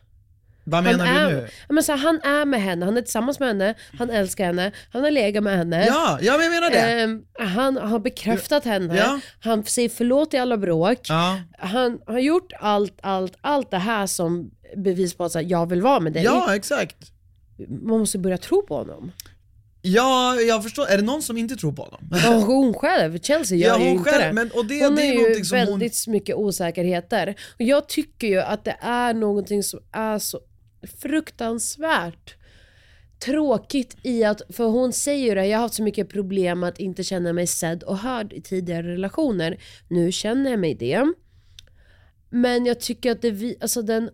A: Vad menar
B: han
A: du
B: är,
A: nu?
B: Ja, Men så här, han är med henne, han är tillsammans med henne, han älskar henne, han har legat med henne.
A: Ja, ja men jag menar det.
B: Ehm, han har bekräftat henne,
A: Ja.
B: han säger förlåt i alla bråk.
A: Ja.
B: Han har gjort allt, allt, allt det här som bevis på att så här, jag vill vara med dig.
A: ja, exakt.
B: Man måste börja tro på honom.
A: Ja, jag förstår. Är det någon som inte tror på honom?
B: Och hon själv, Chelsea gör
A: Ja,
B: ju
A: hon
B: inte
A: själv,
B: det.
A: men- och det-
B: hon
A: det är
B: är ju
A: någonting som hon-
B: väldigt mycket osäkerheter. Och jag tycker ju att det är någonting som är så fruktansvärt tråkigt i att, för hon säger ju det, jag har haft så mycket problem att inte känna mig sedd och hörd i tidigare relationer. Nu känner jag mig det. Men jag tycker att det, vi- alltså den,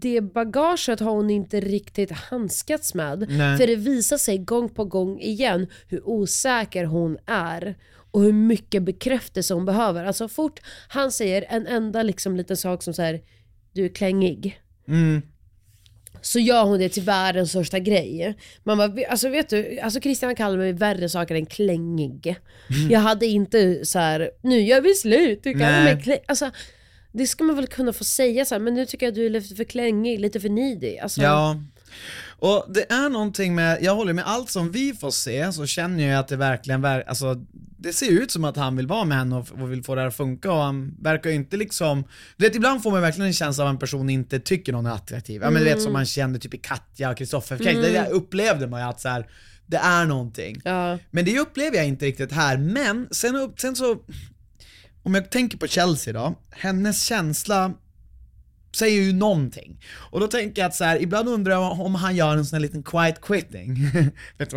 B: det bagaget har hon inte riktigt handskats med.
A: Nej.
B: För det visar sig gång på gång igen hur osäker hon är. Och hur mycket bekräftelse hon behöver. Alltså fort han säger en enda liksom liten sak som så här: du är klängig.
A: Mm.
B: Så gör hon det till världens största grej. Man bara, "Ve- alltså vet du, alltså Christian kallar mig värre saker än klängig.
A: Mm.
B: Jag hade inte så här: nu gör vi slut, du kallar
A: Nej.
B: mig klängig. Alltså, det ska man väl kunna få säga så här, men nu tycker jag att du är lite för klängig, lite för needy. Alltså,
A: Ja. Och det är någonting med, jag håller med, allt som vi får se så känner jag att det verkligen, ver- alltså det ser ut som att han vill vara med henne och, f- och vill få det här att funka och han verkar ju inte liksom, du vet ibland får man verkligen en känsla av att en person inte tycker någon är attraktiv. Ja men du vet som man kände typ i Katja och Kristoffer, mm. det där upplevde man ju att så här, det är någonting.
B: Ja.
A: Men det upplever jag inte riktigt här, men sen, upp, sen så, om jag tänker på Chelsea då, hennes känsla säger ju någonting. Och då tänker jag att så här, ibland undrar jag om han gör en sån här liten quiet quitting. Vet du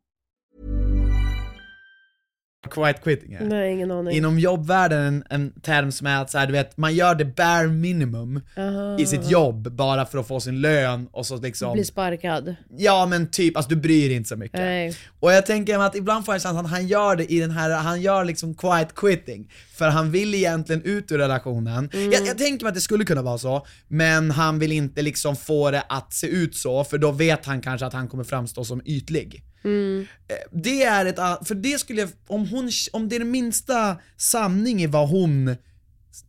A: vad quiet quitting är?
B: Nej, ingen aning.
A: Inom jobbvärlden en, en term som är att så här, du vet, man gör det bare minimum i sitt jobb bara för att få sin lön och så liksom...
B: Ah. Bli sparkad.
A: Ja men typ, alltså du bryr dig inte så mycket.
B: Nej.
A: Och jag tänker mig att ibland får jag känslan att han gör det i den här, han gör liksom quiet quitting. För han vill egentligen ut ur relationen.
B: Mm.
A: Jag, jag tänker mig att det skulle kunna vara så, men han vill inte liksom få det att se ut så, för då vet han kanske att han kommer framstå som ytlig.
B: Mm.
A: Eh, Det är ett an- för det skulle jag, om, hon, om det är den minsta sanning i vad hon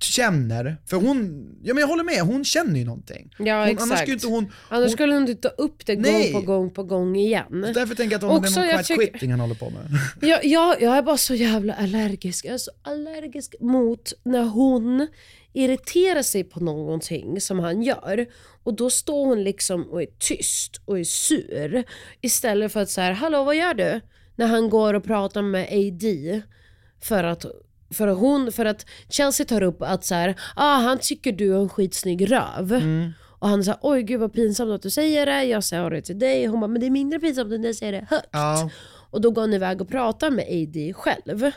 A: känner, för hon, ja men jag håller med, hon känner ju någonting.
B: Ja,
A: hon,
B: exakt.
A: Annars skulle inte hon,
B: Annars
A: hon
B: skulle hon inte ta upp det
A: Nej.
B: gång på gång på gång igen.
A: Därför tänker jag att om
B: Också,
A: det är någon
B: jag
A: quiet
B: tycker-
A: quitting han håller på med.
B: Jag, jag, jag är bara så jävla allergisk. Jag är så allergisk mot när hon irriterar sig på någonting som han gör. Och då står hon liksom och är tyst och är sur. Istället för att säga hallå vad gör du? När han går och pratar med AD. För att, för att, hon, för att Chelsea tar upp att så här, ah, han tycker du är en skitsnygg röv. Och han sa oj gud vad pinsamt att du säger det, jag sa det till dig. Hon bara men det är mindre pinsamt än när jag säger det högt.
A: Ja.
B: Och då går han iväg och pratar med AD själv.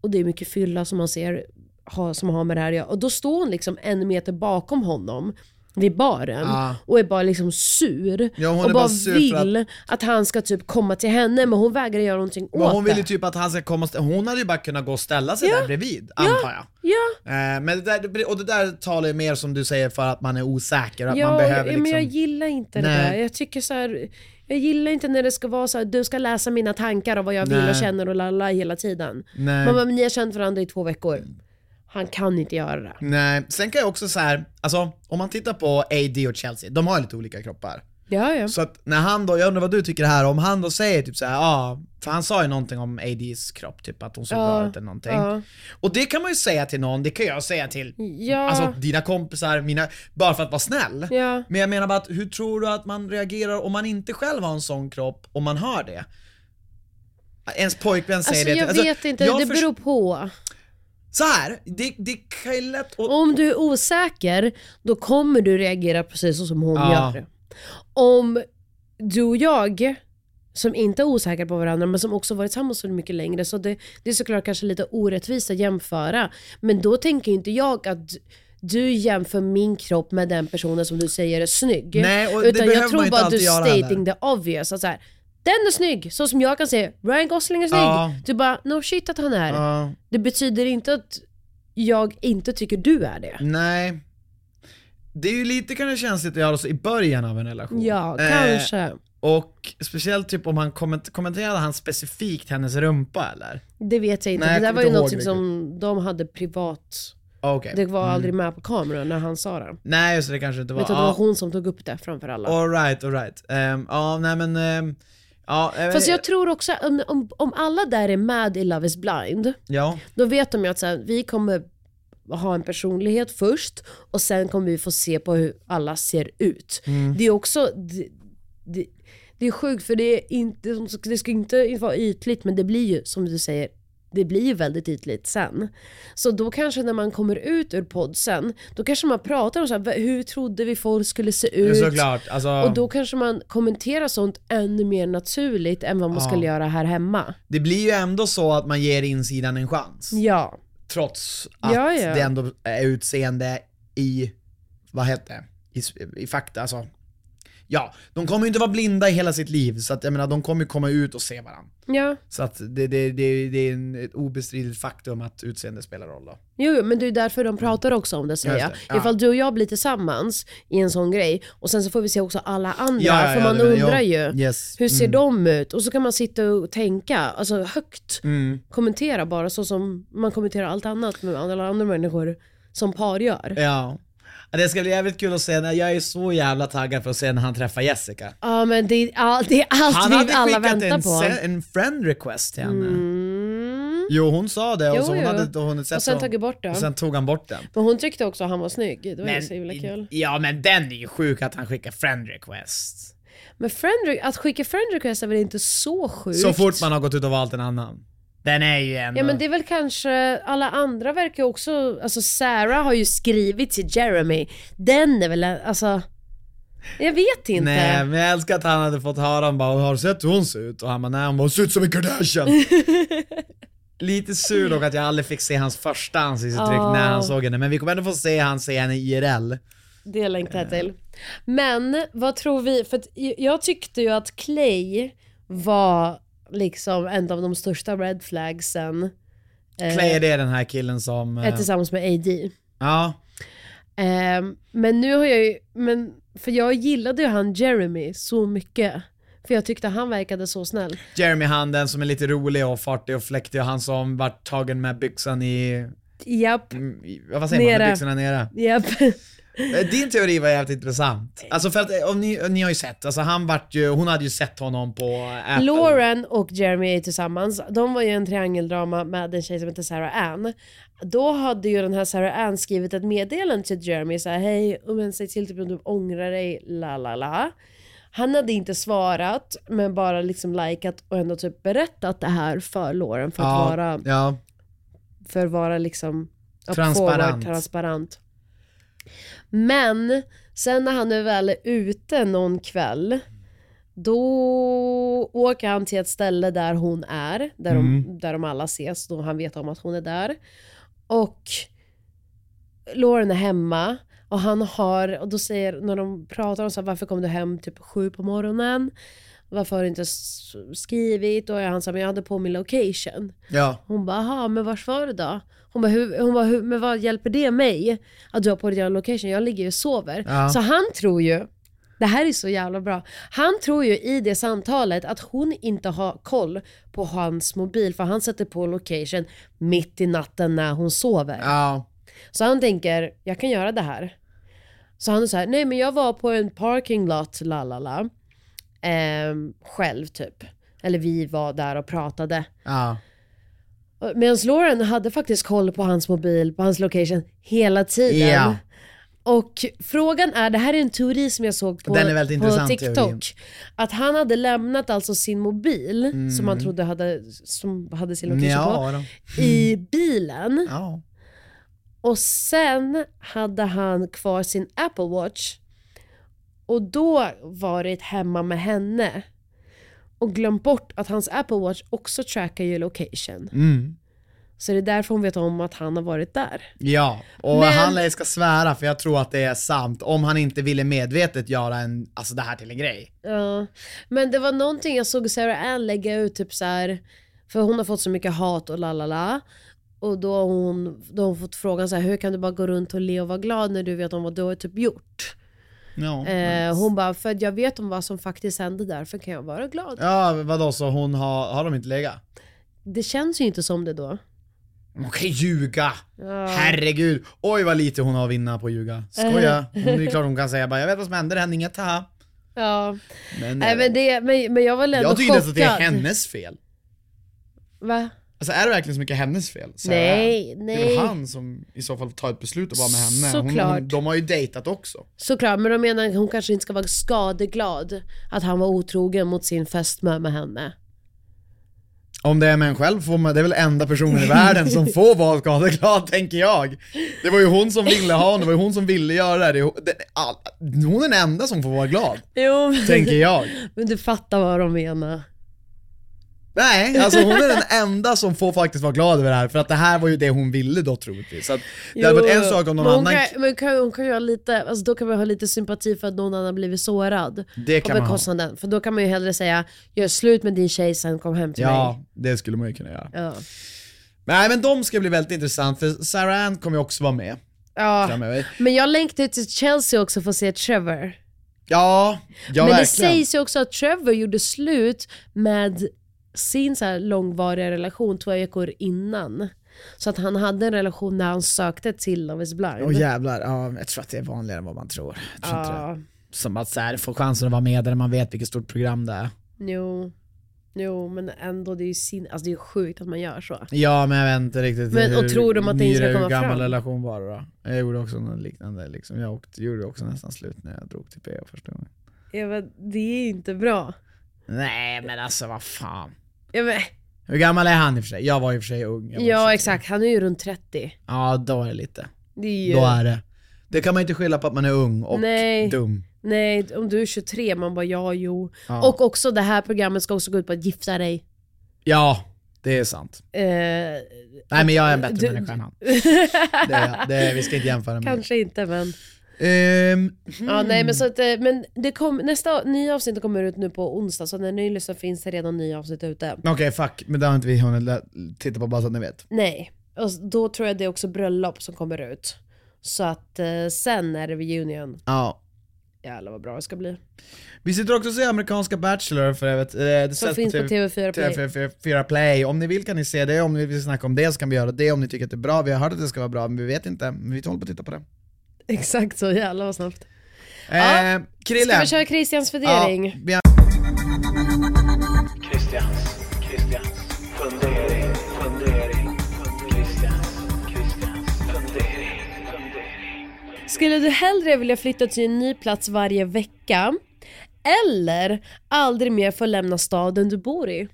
B: Och det är mycket fylla som man ser ha, som har med det här att göra. Och då står hon liksom en meter bakom honom vid baren
A: Ja.
B: och är bara liksom sur.
A: Ah. Ja, hon
B: och
A: är bara sur för att-
B: vill att... han ska typ komma till henne men hon vägrar göra någonting
A: Men
B: åt
A: hon ville
B: det.
A: ju typ att han ska komma och stä- hon hade ju bara kunnat gå och ställa sig där bredvid, antar jag.
B: Ja,
A: Eh, Men det där, och det där talar ju mer som du säger för att man är osäker, att man
B: ja, ja,
A: behöver
B: men
A: liksom...
B: jag gillar inte det
A: Nej.
B: där. Jag tycker så här, jag gillar inte när det ska vara så här, du ska läsa mina tankar och vad jag vill
A: Nej.
B: och känner och lalla hela tiden.
A: Nej.
B: Man bara, men ni har känt varandra i två veckor. Han kan inte göra det.
A: Nej, sen kan jag också så här, alltså om man tittar på AD och Chelsea, de har ju lite olika kroppar.
B: Ja, ja.
A: Så att när han då, jag undrar vad du tycker här, om han då säger typ såhär, ja, ah, för han sa ju någonting om ADs kropp, typ att hon såg bra ut eller någonting.
B: ja.
A: Och det kan man ju säga till någon, det kan jag säga till
B: Ja.
A: alltså, dina kompisar, mina, bara för att vara snäll.
B: Ja.
A: Men jag menar bara att hur tror du att man reagerar om man inte själv har en sån kropp, om man hör det? Ens pojkvän säger
B: Alltså
A: det.
B: jag
A: Alltså,
B: vet inte,
A: jag
B: det
A: förs-
B: beror på.
A: Så här, det, det kan ju lätt... Och,
B: Om du är osäker, då kommer du reagera precis så som hon
A: Ja.
B: gör. Om du och jag, som inte är osäkra på varandra, men som också varit tillsammans så mycket längre, så det, det är såklart kanske lite orättvist att jämföra. Men då tänker ju inte jag att du jämför min kropp med den personen som du säger är snygg.
A: Nej, och det
B: Utan
A: behöver
B: jag
A: man
B: tror
A: inte
B: bara att du
A: alltid göra heller.
B: stating the obvious. Att så här, den är snygg, så som jag kan säga Ryan Gosling är snygg.
A: Ja.
B: Du bara, no shit att han är.
A: Ja,
B: Det betyder inte att jag inte tycker du är
A: Mm.
B: det.
A: nej. Det är ju lite kanske känsligt att göra så i början av en relation.
B: Ja,
A: Eh,
B: kanske.
A: Och speciellt typ om han komment- kommenterade han specifikt hennes rumpa eller?
B: Det vet jag inte.
A: Nej, jag
B: det där
A: kommer
B: var ju
A: inte ihåg
B: någonting som de hade privat.
A: Ah, Okej.
B: Det var aldrig med på kameran när han sa det.
A: Nej just det, det kanske inte var.
B: Utan det var hon som tog upp det framför alla.
A: Alright, alright. Um, ja, nej men... ehm, ja, eh,
B: Fast jag tror också, om, om, om alla där är med i Love is blind,
A: ja.
B: då vet de ju att så här, vi kommer ha en personlighet först och sen kommer vi få se på hur alla ser ut. Det är också, det, det, det är sjukt för det är inte, det ska inte vara ytligt men det blir ju som du säger, det blir ju väldigt ytligt sen. Så då kanske när man kommer ut ur podsen, då kanske man pratar om så här, "Va- hur trodde vi folk skulle se
A: Ja,
B: ut?
A: Såklart, alltså,
B: Och då kanske man kommenterar sånt ännu mer naturligt än vad man
A: Ja.
B: skulle göra här hemma.
A: det blir ju ändå så att man ger insidan en chans.
B: Ja.
A: Trots att
B: Ja, ja.
A: det ändå är utseende i, vad heter det, i, s- i fakta alltså. Ja, de kommer ju inte vara blinda i hela sitt liv, så att jag menar de kommer ju komma ut och se varandra.
B: Ja.
A: Så att det, det, det, det är en, ett obestridligt faktum att utseende spelar roll då.
B: Jo, jo, men det är därför de pratar också om det säger
A: Just
B: jag.
A: det, ja.
B: Ifall du och jag blir tillsammans i en sån grej och sen så får vi se också alla andra.
A: Ja, ja,
B: för
A: ja,
B: man
A: det menar jag.
B: undrar ju,
A: Yes.
B: hur ser
A: Mm.
B: de ut? Och så kan man sitta och tänka, alltså högt.
A: Mm.
B: Kommentera bara så som man kommenterar allt annat med alla andra människor som par gör. Ja
A: Ja. Ja, Det ska bli jävligt kul att se, när jag är så jävla taggad för att se när han träffar Jessica.
B: men det är, all, det är allt
A: Han
B: vi
A: hade
B: alla
A: skickat
B: väntar
A: en,
B: på.
A: se- en friend request till henne.
B: Mm.
A: Jo hon sa det och
B: Jo,
A: så hon
B: jo.
A: hade inte hunnit sett
B: Och sen
A: så-
B: tagit bort den.
A: Och sen tog han bort den.
B: Men hon tyckte också att han var snygg, det var ju så himla kul.
A: Ja men den är ju sjuk att han skickar friend request.
B: Men friend, att skicka friend request är väl inte så sjukt?
A: Så fort man har gått ut och valt en annan. Den är ju ändå...
B: Ja men det är väl kanske, alla andra verkar också, alltså Sarah har ju skrivit till Jeremy, den är väl, alltså, jag vet inte.
A: Nej men jag älskar att han hade fått höra, han bara har du sett hur hon ser ut? Och han bara nej hon bara, "Hon ser ut som en Kardashian. Lite sur dock att jag aldrig fick se hans första ansiktsuttryck
B: Ja.
A: när han såg henne, men vi kommer ändå få se han se henne IRL.
B: Det längtar jag till. Men vad tror vi, för att j- jag tyckte ju att Clay var liksom en av de största red flagsen eh,
A: Clay är det den här killen som... eh,
B: eh, tillsammans med AD.
A: Ja,
B: Ehm, men nu har jag ju, men, för jag gillade ju han Jeremy så mycket. För jag tyckte han verkade så snäll.
A: Jeremy han den som är lite rolig och fartig och fläktig och han som vart tagen med byxan i...
B: Japp,
A: mm, i- Vad säger man? Med
B: Nere.
A: byxorna nere.
B: japp.
A: Eh, Din teori var jävligt intressant. Alltså för att eh, om ni, ni har ju sett, alltså han vart ju, hon hade ju sett honom på Apple.
B: Lauren och Jeremy är tillsammans. De var ju en triangeldrama med en tjej som heter Sarah Ann. Då hade ju den här Sarah Ann skrivit ett meddelande till Jeremy så här, hej, om en säg till typ om du ångrar dig, la la la. Han hade inte svarat, men bara liksom likat och ändå typ berättat det här för Lauren för att
A: ja,
B: vara,
A: Ja,
B: för att vara liksom up
A: Transparent.
B: forward, transparent. Men sen när han är väl ute någon kväll, då åker han till ett ställe där hon är, där, de, där de alla ses, då han vet om att hon är där. Och Lauren är hemma och han har, och då säger, när de pratar om så här, varför kom du hem typ sju på morgonen? Varför har du inte s- skrivit? Och han sa, men jag hade på min location.
A: ja.
B: Hon bara, aha, men vars var det då? Hon bara, hur, hon bara hur, men vad hjälper det mig? Att du har på din location, jag ligger ju och sover.
A: Ja.
B: Så han tror ju, det här är så jävla bra, han tror ju i det samtalet att hon inte har koll på hans mobil för han sätter på location mitt i natten när hon sover.
A: ja.
B: Så han tänker, jag kan göra det här. Så han är så här, nej men jag var på en parking lot, la la la. Ehm, själv typ. Eller vi var där och pratade.
A: Ja.
B: Medan Lauren hade faktiskt koll på hans mobil, på hans location hela tiden.
A: Ja.
B: Och frågan är, det här är en teori som jag såg på,
A: Den är väldigt
B: på
A: intressant,
B: TikTok.
A: teorin.
B: Att han hade lämnat alltså sin mobil, som han trodde hade, som hade sin location
A: Mm. Ja, då. Mm.
B: på, i bilen.
A: ja.
B: Och sen hade han kvar sin Apple Watch. Och då varit hemma med henne. Och glömt bort att hans Apple Watch också trackar ju location.
A: Mm.
B: Så det är därför hon vet om att han har varit där.
A: Ja, och
B: Men-
A: han lär ska svära för jag tror att det är sant. Om han inte ville medvetet göra en, alltså det här till en grej.
B: Ja. Men det var någonting jag såg Sarah Ann lägga ut, typ så här, för hon har fått så mycket hat och la la la. Och då har hon, då har hon fått frågan så här, hur kan du bara gå runt och le och vara glad när du vet om vad du har typ gjort?
A: Ja,
B: Eh, hon bara, för att jag vet om vad som faktiskt hände därför kan jag vara glad.
A: ja vadå så hon har, har de inte legat?
B: Det känns ju inte som det då.
A: Hon kan ju ljuga!
B: Ja.
A: Herregud, oj vad lite hon har att vinna på att ljuga. Skoja.
B: Eh.
A: Hon, det är klart hon kan säga bara, jag vet vad som hände, det hände inget, haha.
B: Ja.
A: Men, eh,
B: Nej, men, det, men, men jag var väl ändå
A: jag tycker
B: chockad.
A: nästan att det är hennes fel.
B: Va?
A: Alltså är det verkligen så mycket hennes fel? Så här,
B: Nej,
A: Det är väl
B: nej.
A: han som i så fall tar ett beslut och vara med henne.
B: Såklart.
A: Hon, de har ju dejtat också.
B: Såklart, men de menar att hon kanske inte ska vara skadeglad att han var otrogen mot sin fästmö med henne.
A: Om det är med en själv får man, det är väl enda personen i världen som får vara skadeglad tänker jag. Det var ju hon som ville ha honom, det var ju hon som ville göra det här. det. är hon- det all, hon är den enda som får vara glad,
B: Jo, men,
A: tänker jag.
B: men du fattar vad de menar.
A: Nej, alltså hon är den enda som får faktiskt vara glad över det här, för att det här var ju det hon ville då troligtvis. Så att, det hade varit en sak om någon
B: men hon
A: annan...
B: Kan, men kan, hon kan ju ha lite, alltså då kan man ha lite sympati för att någon annan blivit sårad.
A: Det kan
B: på
A: man ha.
B: bekostnaden. För då kan man ju hellre säga, gör slut med din tjej sen kom hem till
A: Ja, det skulle man ju kunna göra.
B: mig. Ja.
A: Nej men de ska bli väldigt intressant, för Sarah Ann kommer ju också vara med
B: Ja.
A: framöver.
B: Men jag längtar ju till Chelsea också för att se Trevor.
A: Ja, ja
B: Men det
A: verkligen.
B: sägs ju också att Trevor gjorde slut med sin så här långvariga relation två veckor innan. Så att han hade en relation när han sökte till Love is blind.
A: Åh jävlar, ja, jag tror att det är vanligare än vad man tror. Jag tror inte det.
B: ja.
A: Som att så här, få chansen att vara med där man vet vilket stort program det är.
B: Jo. jo, men ändå det är ju sin... alltså, det är ju sjukt att man gör så.
A: Ja men jag vet inte riktigt
B: Men- och tror de att det inte ska
A: myra-
B: komma
A: hur gammal
B: fram?
A: relation var det då? Jag gjorde också något liknande liksom. Jag åkte, gjorde också nästan slut när jag drog till PH första gången.
B: Ja, men det är ju inte bra.
A: Nej men alltså vad fan.
B: Ja, men...
A: Hur gammal är han i och för sig? Jag var i och för sig ung. Jag var
B: ja
A: 23.
B: exakt, han är ju runt 30.
A: Ja då är det lite.
B: Det är ju...
A: Då är det. Det kan man inte skylla på att man är ung och
B: Nej.
A: dum.
B: Nej, om du är 23, man bara ja, jo.
A: Ja.
B: Och också det här programmet ska också gå ut på att gifta dig.
A: Ja, det är sant.
B: Eh,
A: Nej men jag är en bättre
B: Du-
A: människa än han. Det är jag. Det, vi ska inte jämföra med.
B: Kanske inte men.
A: Ehm,
B: Ja, nej, men så att, eh, men det kom, nästa nya avsnitt kommer ut nu på onsdag så när ni lyssnar finns det redan nya avsnitt ute.
A: Okej fuck, men det har inte vi hunnit lä- titta på bara så att ni vet.
B: Nej, och s- då tror jag det är också bröllop som kommer ut. Så att eh, sen är det reunion.
A: Ja.
B: Jävlar vad bra det ska bli. vi
A: Vi sitter också och ser amerikanska Bachelor för övrigt. Eh, Det
B: Som
A: sätts
B: finns på TV4 Play.
A: TV4 Play. Om ni vill kan ni se det, om ni vill snacka om det så kan vi göra det, om ni tycker att det är bra. Vi har hört att det ska vara bra, men vi vet inte. Men vi håller på att titta på det.
B: Exakt så, jävlar vad snabbt.
A: Ja. Eh, Krille.
B: Ska vi köra Christians fundering?
A: Ja, vi har-
C: Christians, Christians, fundering, fundering, Christians, Christians, fundering, fundering.
B: Skulle du hellre vilja flytta till en ny plats varje vecka? Eller aldrig mer få lämna staden du bor i?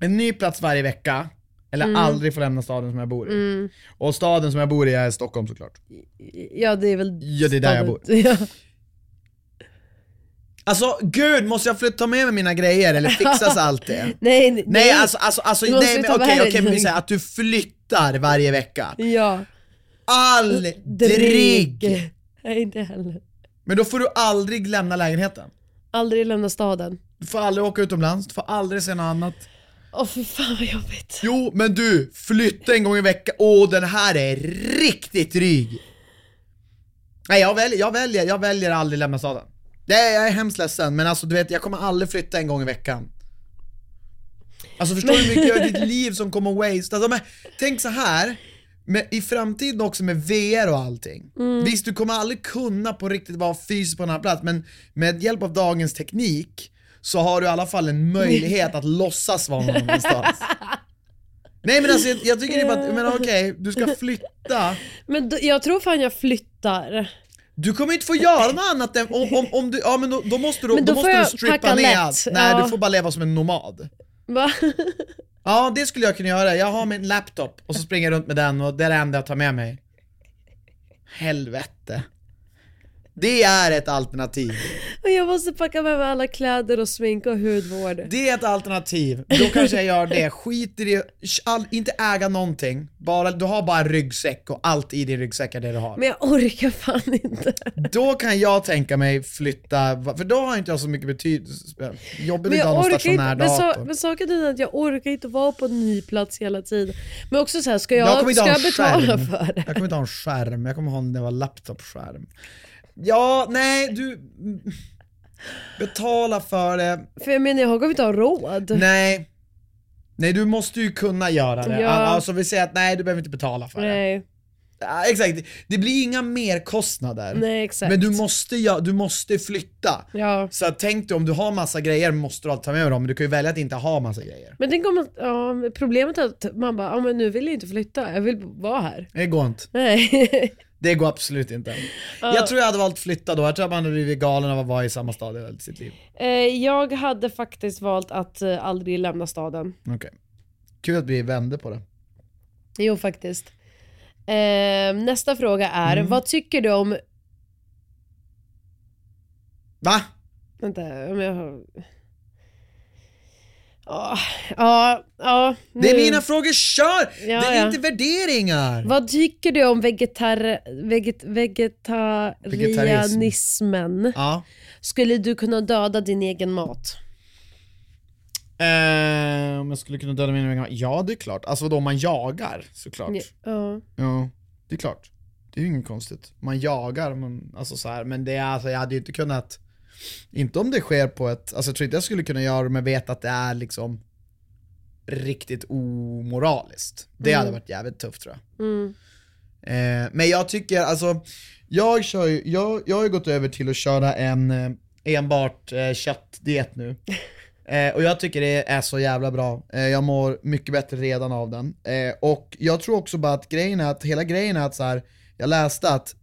A: en ny plats varje vecka, eller
B: Mm.
A: aldrig få lämna staden som jag bor i. Och staden som jag bor i är Stockholm såklart.
B: Ja det är väl...
A: Ja, det är där jag bor.
B: staden- Ja.
A: Alltså gud, måste jag flytta med mig mina grejer eller fixas allt det?
B: Nej, nej,
A: Nej alltså, alltså, alltså
B: Du måste
A: nej,
B: ta
A: men, okej,
B: med dig
A: okej, men vi
B: någon-
A: säger att du flyttar varje vecka.
B: Ja.
A: Aldrig!
B: Nej, inte heller.
A: Men då får du aldrig lämna lägenheten.
B: Aldrig lämna staden.
A: Du får aldrig åka utomlands, du får aldrig se något annat.
B: Åh fy fan vad jobbigt.
A: Jo, men du, flytta en gång i veckan. Åh, den här är riktigt dryg. Nej, jag väljer, jag väljer, jag väljer aldrig lämna staden. Det är, jag är hemskt ledsen, men alltså du vet, jag kommer aldrig flytta en gång i veckan. Alltså förstår du hur mycket av ditt liv som kommer att waste? Alltså, men, tänk så här. Men i framtiden också med VR och allting. Visst, du kommer aldrig kunna på riktigt vara fysiskt på en annan plats, men med hjälp av dagens teknik så har du i alla fall en möjlighet att låtsas vara någon annanstans. Nej men alltså jag, jag tycker det är bara att, men
B: Eh.
A: okej, du ska flytta
B: Men då, jag tror fan jag flyttar.
A: du kommer inte få göra något annat än, om, om, om du, ja men då, då måste du,
B: Men
A: då
B: då får
A: måste du
B: jag
A: strippa
B: packa
A: ner
B: lätt,
A: allt. Nej
B: ja.
A: du får bara leva som en nomad.
B: Va?
A: Ja det skulle jag kunna göra, jag har min laptop och så springer jag runt med den och det är det enda jag tar med mig. Helvete. Det är ett alternativ.
B: Och Jag måste packa med mig alla kläder och smink och hudvård.
A: Det är ett alternativ. Då kanske jag gör det. Skiter i, all, inte äga någonting. Bara, du har bara en ryggsäck och allt i din ryggsäck är det du har.
B: Men jag orkar fan inte.
A: Då kan jag tänka mig flytta, för då har inte jag så mycket betydelse. Jobbigt
B: Men
A: inte
B: jag
A: ha någon
B: orkar inte.
A: stationär
B: Men,
A: dator.
B: sa, men saken är att jag orkar inte vara på en ny plats hela tiden. Men också så här, ska jag,
A: jag kommer inte
B: ska
A: ha
B: jag
A: en
B: betala
A: skärm.
B: för det?
A: Jag kommer inte ha en skärm, jag kommer ha en jävla laptopskärm. Ja, nej du... Betala för det.
B: För jag menar, jag kommer inte ha råd.
A: Nej. Nej du måste ju kunna göra det.
B: Ja.
A: Alltså vi säger att nej du behöver inte betala för det.
B: Nej,
A: Ja, exakt, det blir inga merkostnader.
B: nej exakt.
A: Men du måste, ja, du måste flytta.
B: Ja.
A: Så att tänk dig om du har massa grejer måste du alltid ta med dig dem, men du kan ju välja att inte ha massa grejer.
B: Men tänk om man, ja, men problemet är att man bara, ja, men nu vill jag inte flytta, jag vill vara här.
A: Det går inte.
B: Nej.
A: Det går absolut inte. Jag tror jag hade valt flytta då, jag tror att man hade blivit galen av att vara i samma stad hela sitt liv.
B: Eh, jag hade faktiskt valt att eh, aldrig lämna staden.
A: Okej. Kul att vi vände på det.
B: Jo, faktiskt. Mm. Eh, nästa fråga är, vad tycker du om...
A: Va?
B: Vänta, om jag har... Ja, ja, ja.
A: Det är
B: nu.
A: mina frågor, kör!
B: Mm. Ja,
A: det är
B: ja.
A: inte värderingar!
B: Vad tycker du om vegetar... Veget, vegetarianismen?
A: Ja.
B: Skulle du kunna döda din egen mat?
A: Eh, om jag skulle kunna döda mina egna Ja, det är klart. Alltså vadå, man jagar såklart.
B: Ja.
A: Ja, det är klart. Det är ju inget konstigt. Man jagar, man, alltså så här, men det är, alltså, jag hade ju inte kunnat, inte om det sker på ett, alltså jag tror inte jag skulle kunna göra det men vet att det är liksom riktigt omoraliskt. Det hade varit jävligt tufft tror jag. Eh, men jag tycker, alltså, jag, kör ju, jag, jag har ju gått över till att köra en eh, enbart eh, köttdiet nu. Eh, och jag tycker det är så jävla bra. Eh, jag mår mycket bättre redan av den. Eh, och jag tror också bara att grejen är att, hela grejen är att så här, jag läste att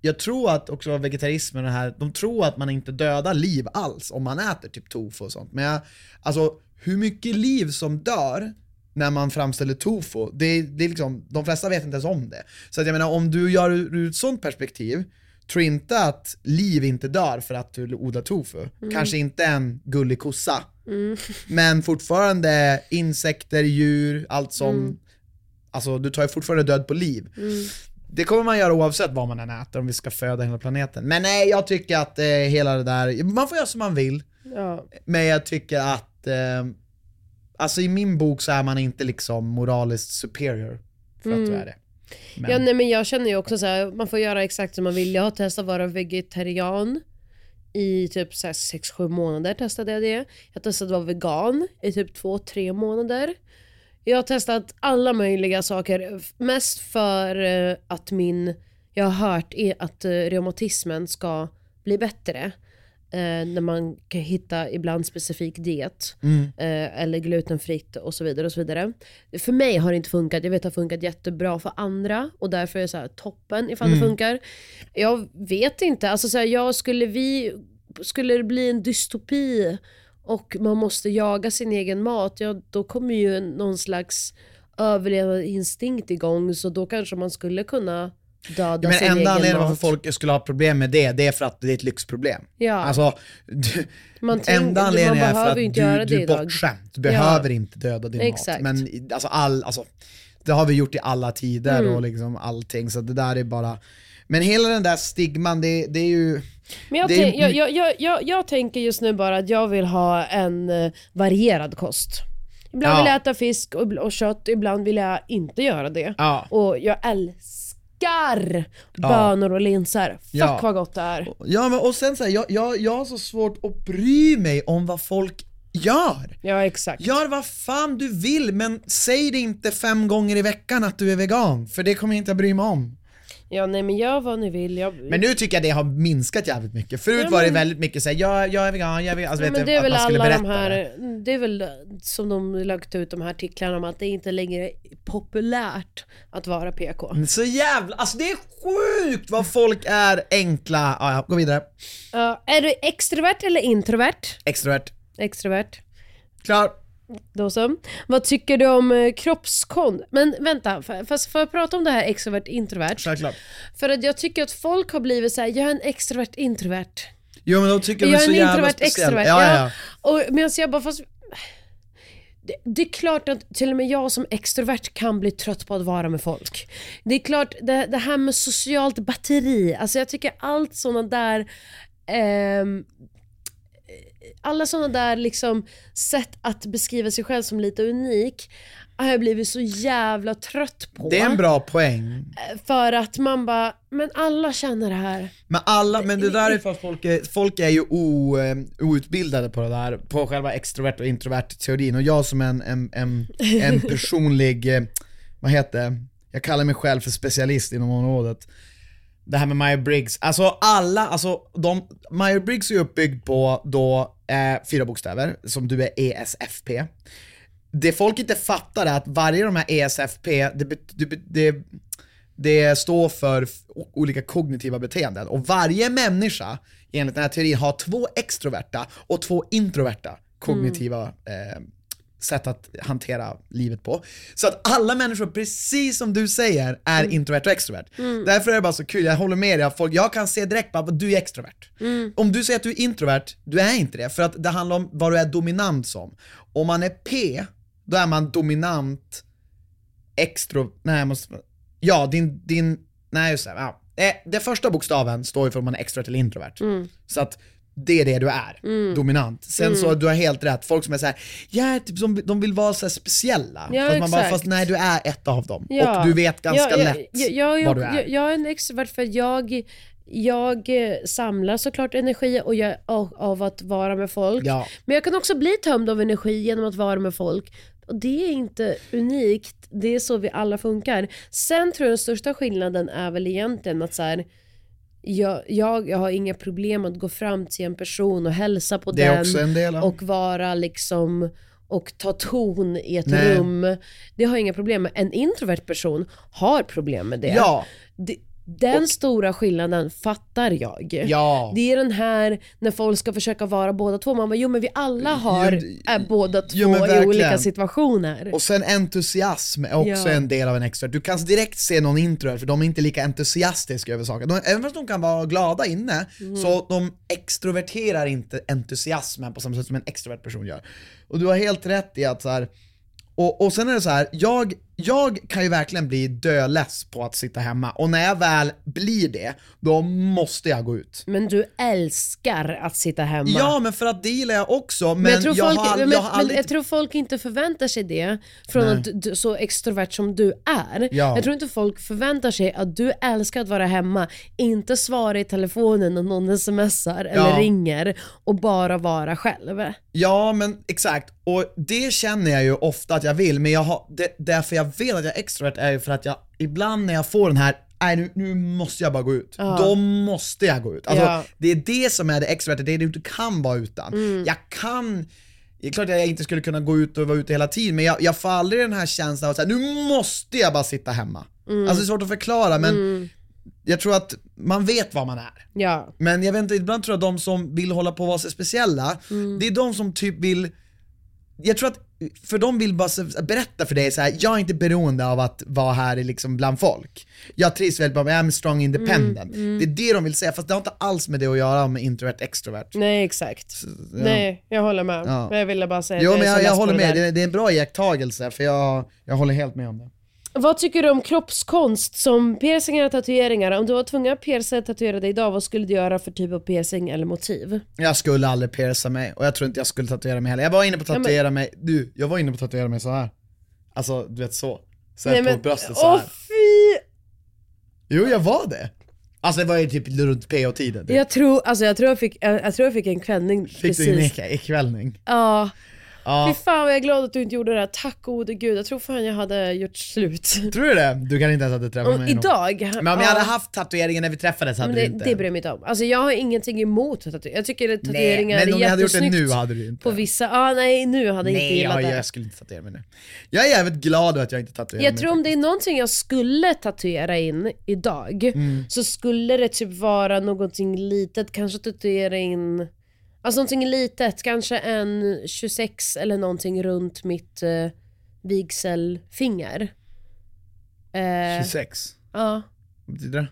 A: jag tror att också vegetarismen och det här, de tror att man inte dödar liv alls om man äter typ tofu och sånt. Men jag, alltså hur mycket liv som dör när man framställer tofu, det, det är liksom, de flesta vet inte ens om det. Så att jag menar om du gör ur ur ett sånt perspektiv, tror inte att liv inte dör för att du odlar tofu. Kanske inte en gullig kossa. Men fortfarande insekter, djur, allt som,
B: Mm.
A: alltså du tar ju fortfarande död på liv. Det kommer man göra oavsett vad man än äter om vi ska föda hela planeten. Men nej, jag tycker att eh, hela det där, man får göra som man vill.
B: ja.
A: Men jag tycker att, eh, alltså i min bok så är man inte liksom moraliskt superior för att
B: Mm.
A: du är det. Men,
B: Ja, nej, men jag känner ju också så här, man får göra exakt som man vill. Jag har testat att vara vegetarian i typ 6-7 månader testade jag det. Jag testade att vara vegan i typ 2-3 månader. Jag har testat alla möjliga saker. f- Mest för eh, att min, jag har hört i- att eh, reumatismen ska bli bättre. Eh, när man kan hitta ibland specifik diet.
A: Mm.
B: Eh, eller glutenfritt och så vidare. och så vidare. För mig har det inte funkat. Jag vet att det har funkat jättebra för andra. Och därför är det så här, toppen ifall
A: Mm.
B: det funkar. Jag vet inte. Alltså, så här, jag skulle, vi, skulle det bli en dystopi och man måste jaga sin egen mat, ja då kommer ju någon slags överlevnadsinstinkt igång så då kanske man skulle kunna döda
A: Ja, men
B: sin
A: enda
B: egen
A: anledningen
B: mat.
A: varför folk skulle ha problem med det, det är för att det är ett lyxproblem.
B: Ja.
A: Alltså,
B: Man
A: man
B: tänk-
A: enda anledningen
B: man
A: är för
B: behöver
A: att
B: ju inte
A: du,
B: göra
A: du
B: det
A: är
B: idag.
A: bortskämd. Du
B: Ja.
A: behöver inte döda din
B: Exakt.
A: mat. Men i- alltså, all, alltså, det har vi gjort i alla tider
B: Mm.
A: och liksom allting, så det där är bara... Men hela den där stigman, det, det är ju...
B: Men jag,
A: det är-
B: tänk, jag, jag, jag, jag, jag tänker just nu bara att jag vill ha en eh, varierad kost. Ibland
A: Ja.
B: vill jag äta fisk och, ibl- och kött, ibland vill jag inte göra det.
A: Ja.
B: Och jag älskar bönor och linser. Fuck
A: Ja.
B: vad gott det är.
A: Ja men och sen så här, jag, jag, jag har så svårt att bry mig om vad folk Gör!
B: Ja, exakt.
A: Gör vad fan du vill men säg det inte fem gånger i veckan att du är vegan för det kommer jag inte att bry mig om.
B: Ja, nej men gör vad ni vill. Jag...
A: Men nu tycker jag det har minskat jävligt mycket. Förut var det väldigt mycket såhär, jag, jag är vegan, jag är vegan, alltså,
B: Ja,
A: vet
B: men
A: du,
B: det är
A: att
B: väl
A: man skulle
B: alla
A: berätta
B: de här,
A: det.
B: det är väl eh, som de lagt ut de här artiklarna om att det inte längre är populärt att vara PK.
A: Men Så jävla, alltså det är sjukt vad folk är enkla. Ja, ja, gå vidare.
B: Ja, är du extrovert eller introvert?
A: Extrovert.
B: Extrovert.
A: Klar.
B: Då så. Vad tycker du om eh, kroppskond? Men vänta, f- fast får jag prata om det här extrovert introvert?
A: Självklart.
B: För att jag tycker att folk har blivit så här: jag är en extrovert introvert.
A: Jo men de tycker
B: Jag
A: de är
B: är
A: så
B: en
A: jävla
B: introvert
A: speciell.
B: extrovert.
A: Ja, ja, ja.
B: Och, men jag bara fast... Det, det är klart att till och med jag som extrovert kan bli trött på att vara med folk. Det är klart, det, det här med socialt batteri, alltså jag tycker allt sådana där ehm, alla sådana där liksom sätt att beskriva sig själv som lite unik har jag blivit så jävla trött på.
A: Det är en bra poäng.
B: För att man bara, men alla känner det här.
A: Men alla, men det där är för att folk är, folk är ju o, eh, outbildade på det där, på själva extrovert och introvert teorin och jag som en, en, en, en personlig, eh, vad heter det? jag kallar mig själv för specialist inom området. Det här med Meyer-Briggs, alltså alla, alltså de, Meyer-Briggs är ju uppbyggd på då eh, fyra bokstäver, som du är E ESFP. Det folk inte fattar är att varje av de här E ESFP, det, bet- det, bet- det det står för f- o- olika kognitiva beteenden och varje människa enligt den här teorin har två extroverta och två introverta kognitiva eh, sätt att hantera livet på. Så att alla människor, precis som du säger, är introvert och extrovert. Därför är det bara så kul, jag håller med dig, folk, jag kan se direkt bara, du är extrovert. Om du säger att du är introvert, du är inte det, för att det handlar om vad du är dominant som. Om man är P, då är man dominant extro... Nej, jag måste... Ja, din... din nej, just det. Ja. Eh, Den första bokstaven står ju för om man är extrovert eller introvert.
B: Mm.
A: Så att det är det du är, dominant. Sen så,
B: Mm.
A: du har helt rätt, folk som är såhär, jag är typ som, de vill vara så här speciella.
B: Ja,
A: fast man bara,
B: exakt.
A: fast nej du är ett av dem.
B: Ja.
A: Och du vet ganska
B: Ja, ja,
A: lätt
B: ja, jag, jag,
A: vad du är.
B: Jag, jag är en extrovert för jag, jag eh, samlar såklart energi och jag, av, av att vara med folk.
A: Ja.
B: Men jag kan också bli tömd av energi genom att vara med folk. Och det är inte unikt, det är så vi alla funkar. Sen tror jag den största skillnaden är väl egentligen att så här, jag, jag, jag har inga problem att gå fram till en person och hälsa på
A: Det
B: den
A: är också en del av-
B: och vara liksom och ta ton i ett
A: Nej.
B: rum. Det har jag inga problem med. En introvert person har problem med det.
A: Ja.
B: Det- Den stora skillnaden fattar jag.
A: Ja.
B: Det är den här när folk ska försöka vara båda två. Man bara, jo men vi alla har,
A: Jo, d-
B: är båda två
A: jo, men
B: i
A: verkligen.
B: olika situationer.
A: Och sen entusiasm är också
B: Ja.
A: en del av en extrovert. Du kan direkt se någon introvert för de är inte lika entusiastiska över saker. De, även fast de kan vara glada inne,
B: Mm.
A: så de extroverterar inte entusiasmen på samma sätt som en extrovert person gör. Och du har helt rätt i att så här, och, och sen är det så här, jag, jag kan ju verkligen bli döless på att sitta hemma och när jag väl blir det, då måste jag gå ut.
B: Men du älskar att sitta hemma.
A: Ja, men för att det gillar jag också, men,
B: Mm. Men, jag, tror
A: jag,
B: folk,
A: har, all-
B: men,
A: jag har
B: men
A: aldrig
B: jag tror folk inte förväntar sig det från att du- du, så extrovert som du är.
A: Ja.
B: Jag tror inte folk förväntar sig att du älskar att vara hemma, inte svara i telefonen när någon smsar eller
A: Ja.
B: ringer och bara vara själv.
A: Ja men exakt, och det känner jag ju ofta att jag vill, men jag har, det, därför jag vet att jag är extrovert är ju för att jag ibland när jag får den här Nej nu, nu måste jag bara gå ut. Då måste jag gå ut. Alltså,
B: Ja.
A: Det är det som är det extroverta, det är det du inte kan vara utan. Jag kan, det är klart att jag inte skulle kunna gå ut och vara ute hela tiden men jag, jag får aldrig den här känslan av att nu måste jag bara sitta hemma. Alltså det är svårt att förklara men jag tror att man vet vad man är.
B: Ja.
A: Men jag vet inte, ibland tror jag de som vill hålla på och vara så speciella,
B: Mm.
A: det är de som typ vill, jag tror att för de vill bara så- berätta för dig så här, jag är inte beroende av att vara här i liksom bland folk. Jag trivs väldigt bra med, I'm strong independent.
B: Mm,
A: Det är det de vill säga, fast det har inte alls med det att göra med introvert extrovert.
B: Nej exakt.
A: ja.
B: Nej, jag håller med.
A: Ja.
B: Men jag ville bara säga
A: Jo
B: att
A: men
B: är
A: jag,
B: så
A: jag
B: less på
A: håller
B: det
A: med,
B: där.
A: det, det är en bra iakttagelse för jag, jag håller helt med om det.
B: Vad tycker du om kroppskonst som piercingar och tatueringar? Om du var tvungen att pierca och tatuera dig idag, vad skulle du göra för typ av piercing eller motiv?
A: Jag skulle aldrig pierca mig och jag tror inte jag skulle tatuera mig heller. Jag var inne på att tatuera mig, du, jag var inne på att tatuera mig så här. Alltså du vet så. Så här
B: Nej,
A: på
B: men-
A: bröstet så här.
B: Åh fy!
A: Jo jag var det. Alltså det var ju typ runt PO-tiden.
B: Jag tror, alltså jag tror jag fick, jag, jag, tror jag fick en klänning
A: Fick du
B: precis.
A: en ek- kvällning?
B: Ja.
A: Ja.
B: Fy fan vad jag är glad att du inte gjorde det här. Tack gode gud. Jag tror fan jag hade gjort slut.
A: Tror du det? Du kan inte ens att du träffade
B: Om-
A: mig någon.
B: idag.
A: Men om jag hade
B: ja.
A: haft tatueringen när vi träffades hade
B: Men
A: du
B: det,
A: inte.
B: det bryr jag mig inte om. Alltså jag har ingenting emot tatueringar. Jag tycker att tatueringar
A: Nej, men
B: är
A: om jag hade gjort det nu
B: jättesnyggt
A: hade du inte.
B: På vissa, ah, nej nu hade jag inte
A: Nej,
B: gillat
A: jag,
B: det.
A: jag skulle inte tatuera mig nu. Jag är jävligt glad över att jag inte tatuerar
B: Jag
A: mig. typ
B: tror om det är någonting jag skulle tatuera in idag
A: Mm.
B: så skulle det typ vara någonting litet, kanske tatuera in Alltså någonting litet, kanske en 26 eller någonting runt mitt eh, vigselfinger. Eh,
A: 26.
B: ja,
A: Vad betyder det?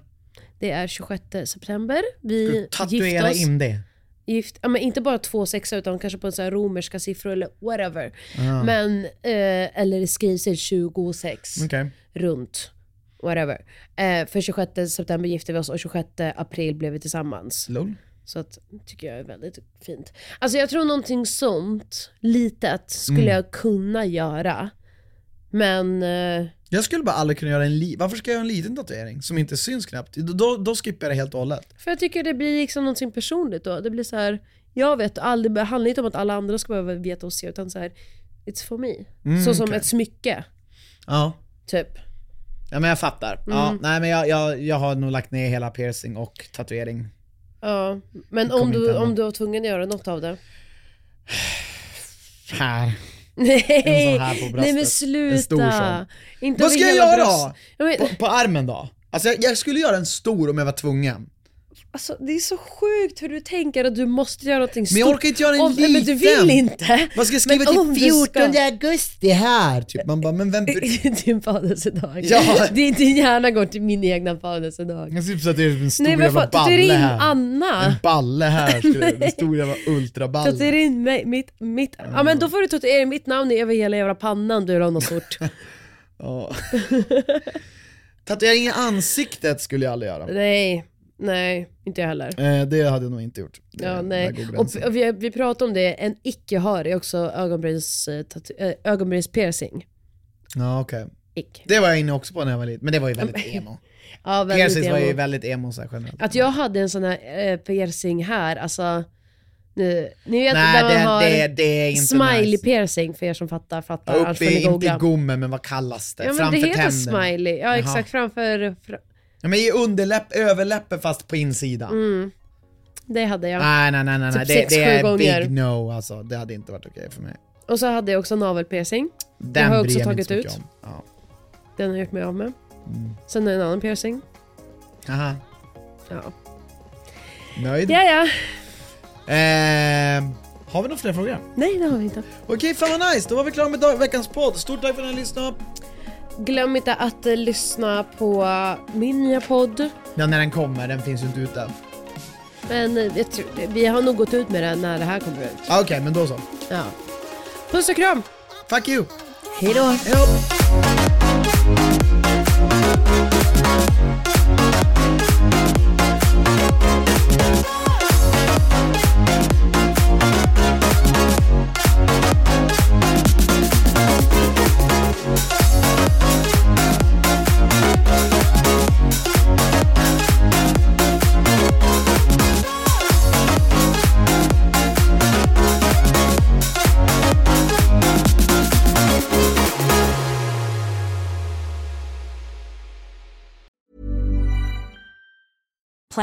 B: det är 26 september.
A: Ska
B: Vi
A: du
B: gifte
A: tatuera
B: oss.
A: in det?
B: Gift, ja, men inte bara två sexor utan kanske på så här romerska siffror eller whatever.
A: Ah,
B: Men, eh, eller det skrivs i 26
A: Okej.
B: runt. Whatever. Eh, för 26 september gifte vi oss och 26 april blev vi tillsammans.
A: Lol.
B: Så att, tycker jag är väldigt fint. Alltså jag tror någonting sånt, litet, skulle
A: Mm.
B: jag kunna göra. Men, eh,
A: Jag skulle bara aldrig kunna göra en li- Varför ska jag göra en liten tatuering som inte syns knappt? Då, då, då skippar jag det helt och hållet.
B: för jag tycker det blir liksom någonting personligt då. Det blir så här, jag vet aldrig, det handlar inte om att alla andra ska behöva veta och se utan så här, it's for me.
A: Mm,
B: så som
A: okej.
B: ett smycke,
A: Ja.
B: typ.
A: ja, men jag fattar.
B: Mm.
A: Ja, nej, men jag, jag, jag har nog lagt ner hela piercing och tatuering.
B: Ja, men
A: kommer
B: om
A: inte
B: du,
A: hända.
B: om du var tvungen att göra något av det?
A: Här.
B: Nej,
A: här på bröstet.
B: nej men
A: En stor
B: sluta.
A: sån.
B: Inte
A: Vad
B: över
A: ska jag
B: hela
A: göra?
B: bröst. Jag men,
A: På, på armen då? Alltså jag, jag skulle göra en stor om jag var tvungen.
B: alltså, det är så sjukt hur du tänker att du måste göra någonting
A: Men
B: stort.
A: jag orkar inte göra en
B: Om-
A: liten.
B: Men du vill inte.
A: Vad ska jag skriva
B: Men om
A: till
B: du ska-
A: 14 augusti här? Typ. Man bara, men vem bryr
B: Din födelsedag.
A: Ja.
B: Det är din hjärna går till min egna födelsedag.
A: Jag ser så att det är en stor
B: Nej men
A: jävla
B: fan,
A: balle
B: tatuera in
A: här. En
B: Anna.
A: balle här, skulle jag- en stor jävla ultraballe.
B: Tatuera in mig, mitt, mitt. Ja men då får du tatuera in mitt namn över hela jävla pannan du eller något stort.
A: Ja. Tatuering i ansiktet skulle jag aldrig göra.
B: nej, nej, inte jag heller.
A: Eh, det hade jag nog inte gjort. Det-
B: Ja,
A: där
B: nej.
A: går
B: Och,
A: gränsen.
B: och vi, vi pratade om det, en icke-har är också ögonbryns, eh, tatu- eh, ögonbrynspiercing.
A: ja, okej.
B: Ick.
A: Det var jag inne också på när jag var liten, men det var ju väldigt emo.
B: Ja, väldigt
A: Piercings var ju
B: emo.
A: väldigt emo så här, generellt.
B: Att jag hade en sån här eh, piercing här, alltså... Nu, ni
A: Nej,
B: vet när man
A: det,
B: har
A: det, det är inte
B: smiley
A: nice.
B: piercing för er som fattar, fattar. annars
A: Uppe,
B: får ni
A: i- inte
B: googla.
A: i gommen, men vad kallas det?
B: ja, men det
A: Framför
B: heter
A: tänderna.
B: smiley, ja
A: Jaha.
B: exakt framför... Fra,
A: Ja, men i underläpp, överläppen fast på insidan.
B: det hade jag.
A: Nej, nej, nej, nej, nej.
B: Mm. Typ
A: det,
B: sex,
A: det
B: sju
A: är
B: gånger.
A: big no alltså. Det hade inte varit okej för mig.
B: Och så hade jag också navelpiercing.
A: Den
B: har jag också
A: bryr mig
B: tagit
A: inte så mycket
B: ut.
A: om. Ja.
B: Den har jag gjort mig av med.
A: Mm.
B: Sen har jag en annan piercing.
A: Aha.
B: Ja,
A: Nöjd?
B: ja. ja.
A: Eh, har vi några fler frågor?
B: Nej, det har vi inte.
A: Okej, fan vad nice. Då var vi klara med dag- veckans podd. Stort tack för att ni lyssnade.
B: Glöm inte att eh, lyssna på min nya podd.
A: Ja, när den kommer. Den finns ju inte ute.
B: Men eh, jag tror, vi har nog gått ut med det när det här kommer ut.
A: Ah, Okej, men då så.
B: Ja. Puss och kram!
A: Fuck you!
B: Hej då!
A: Hej då.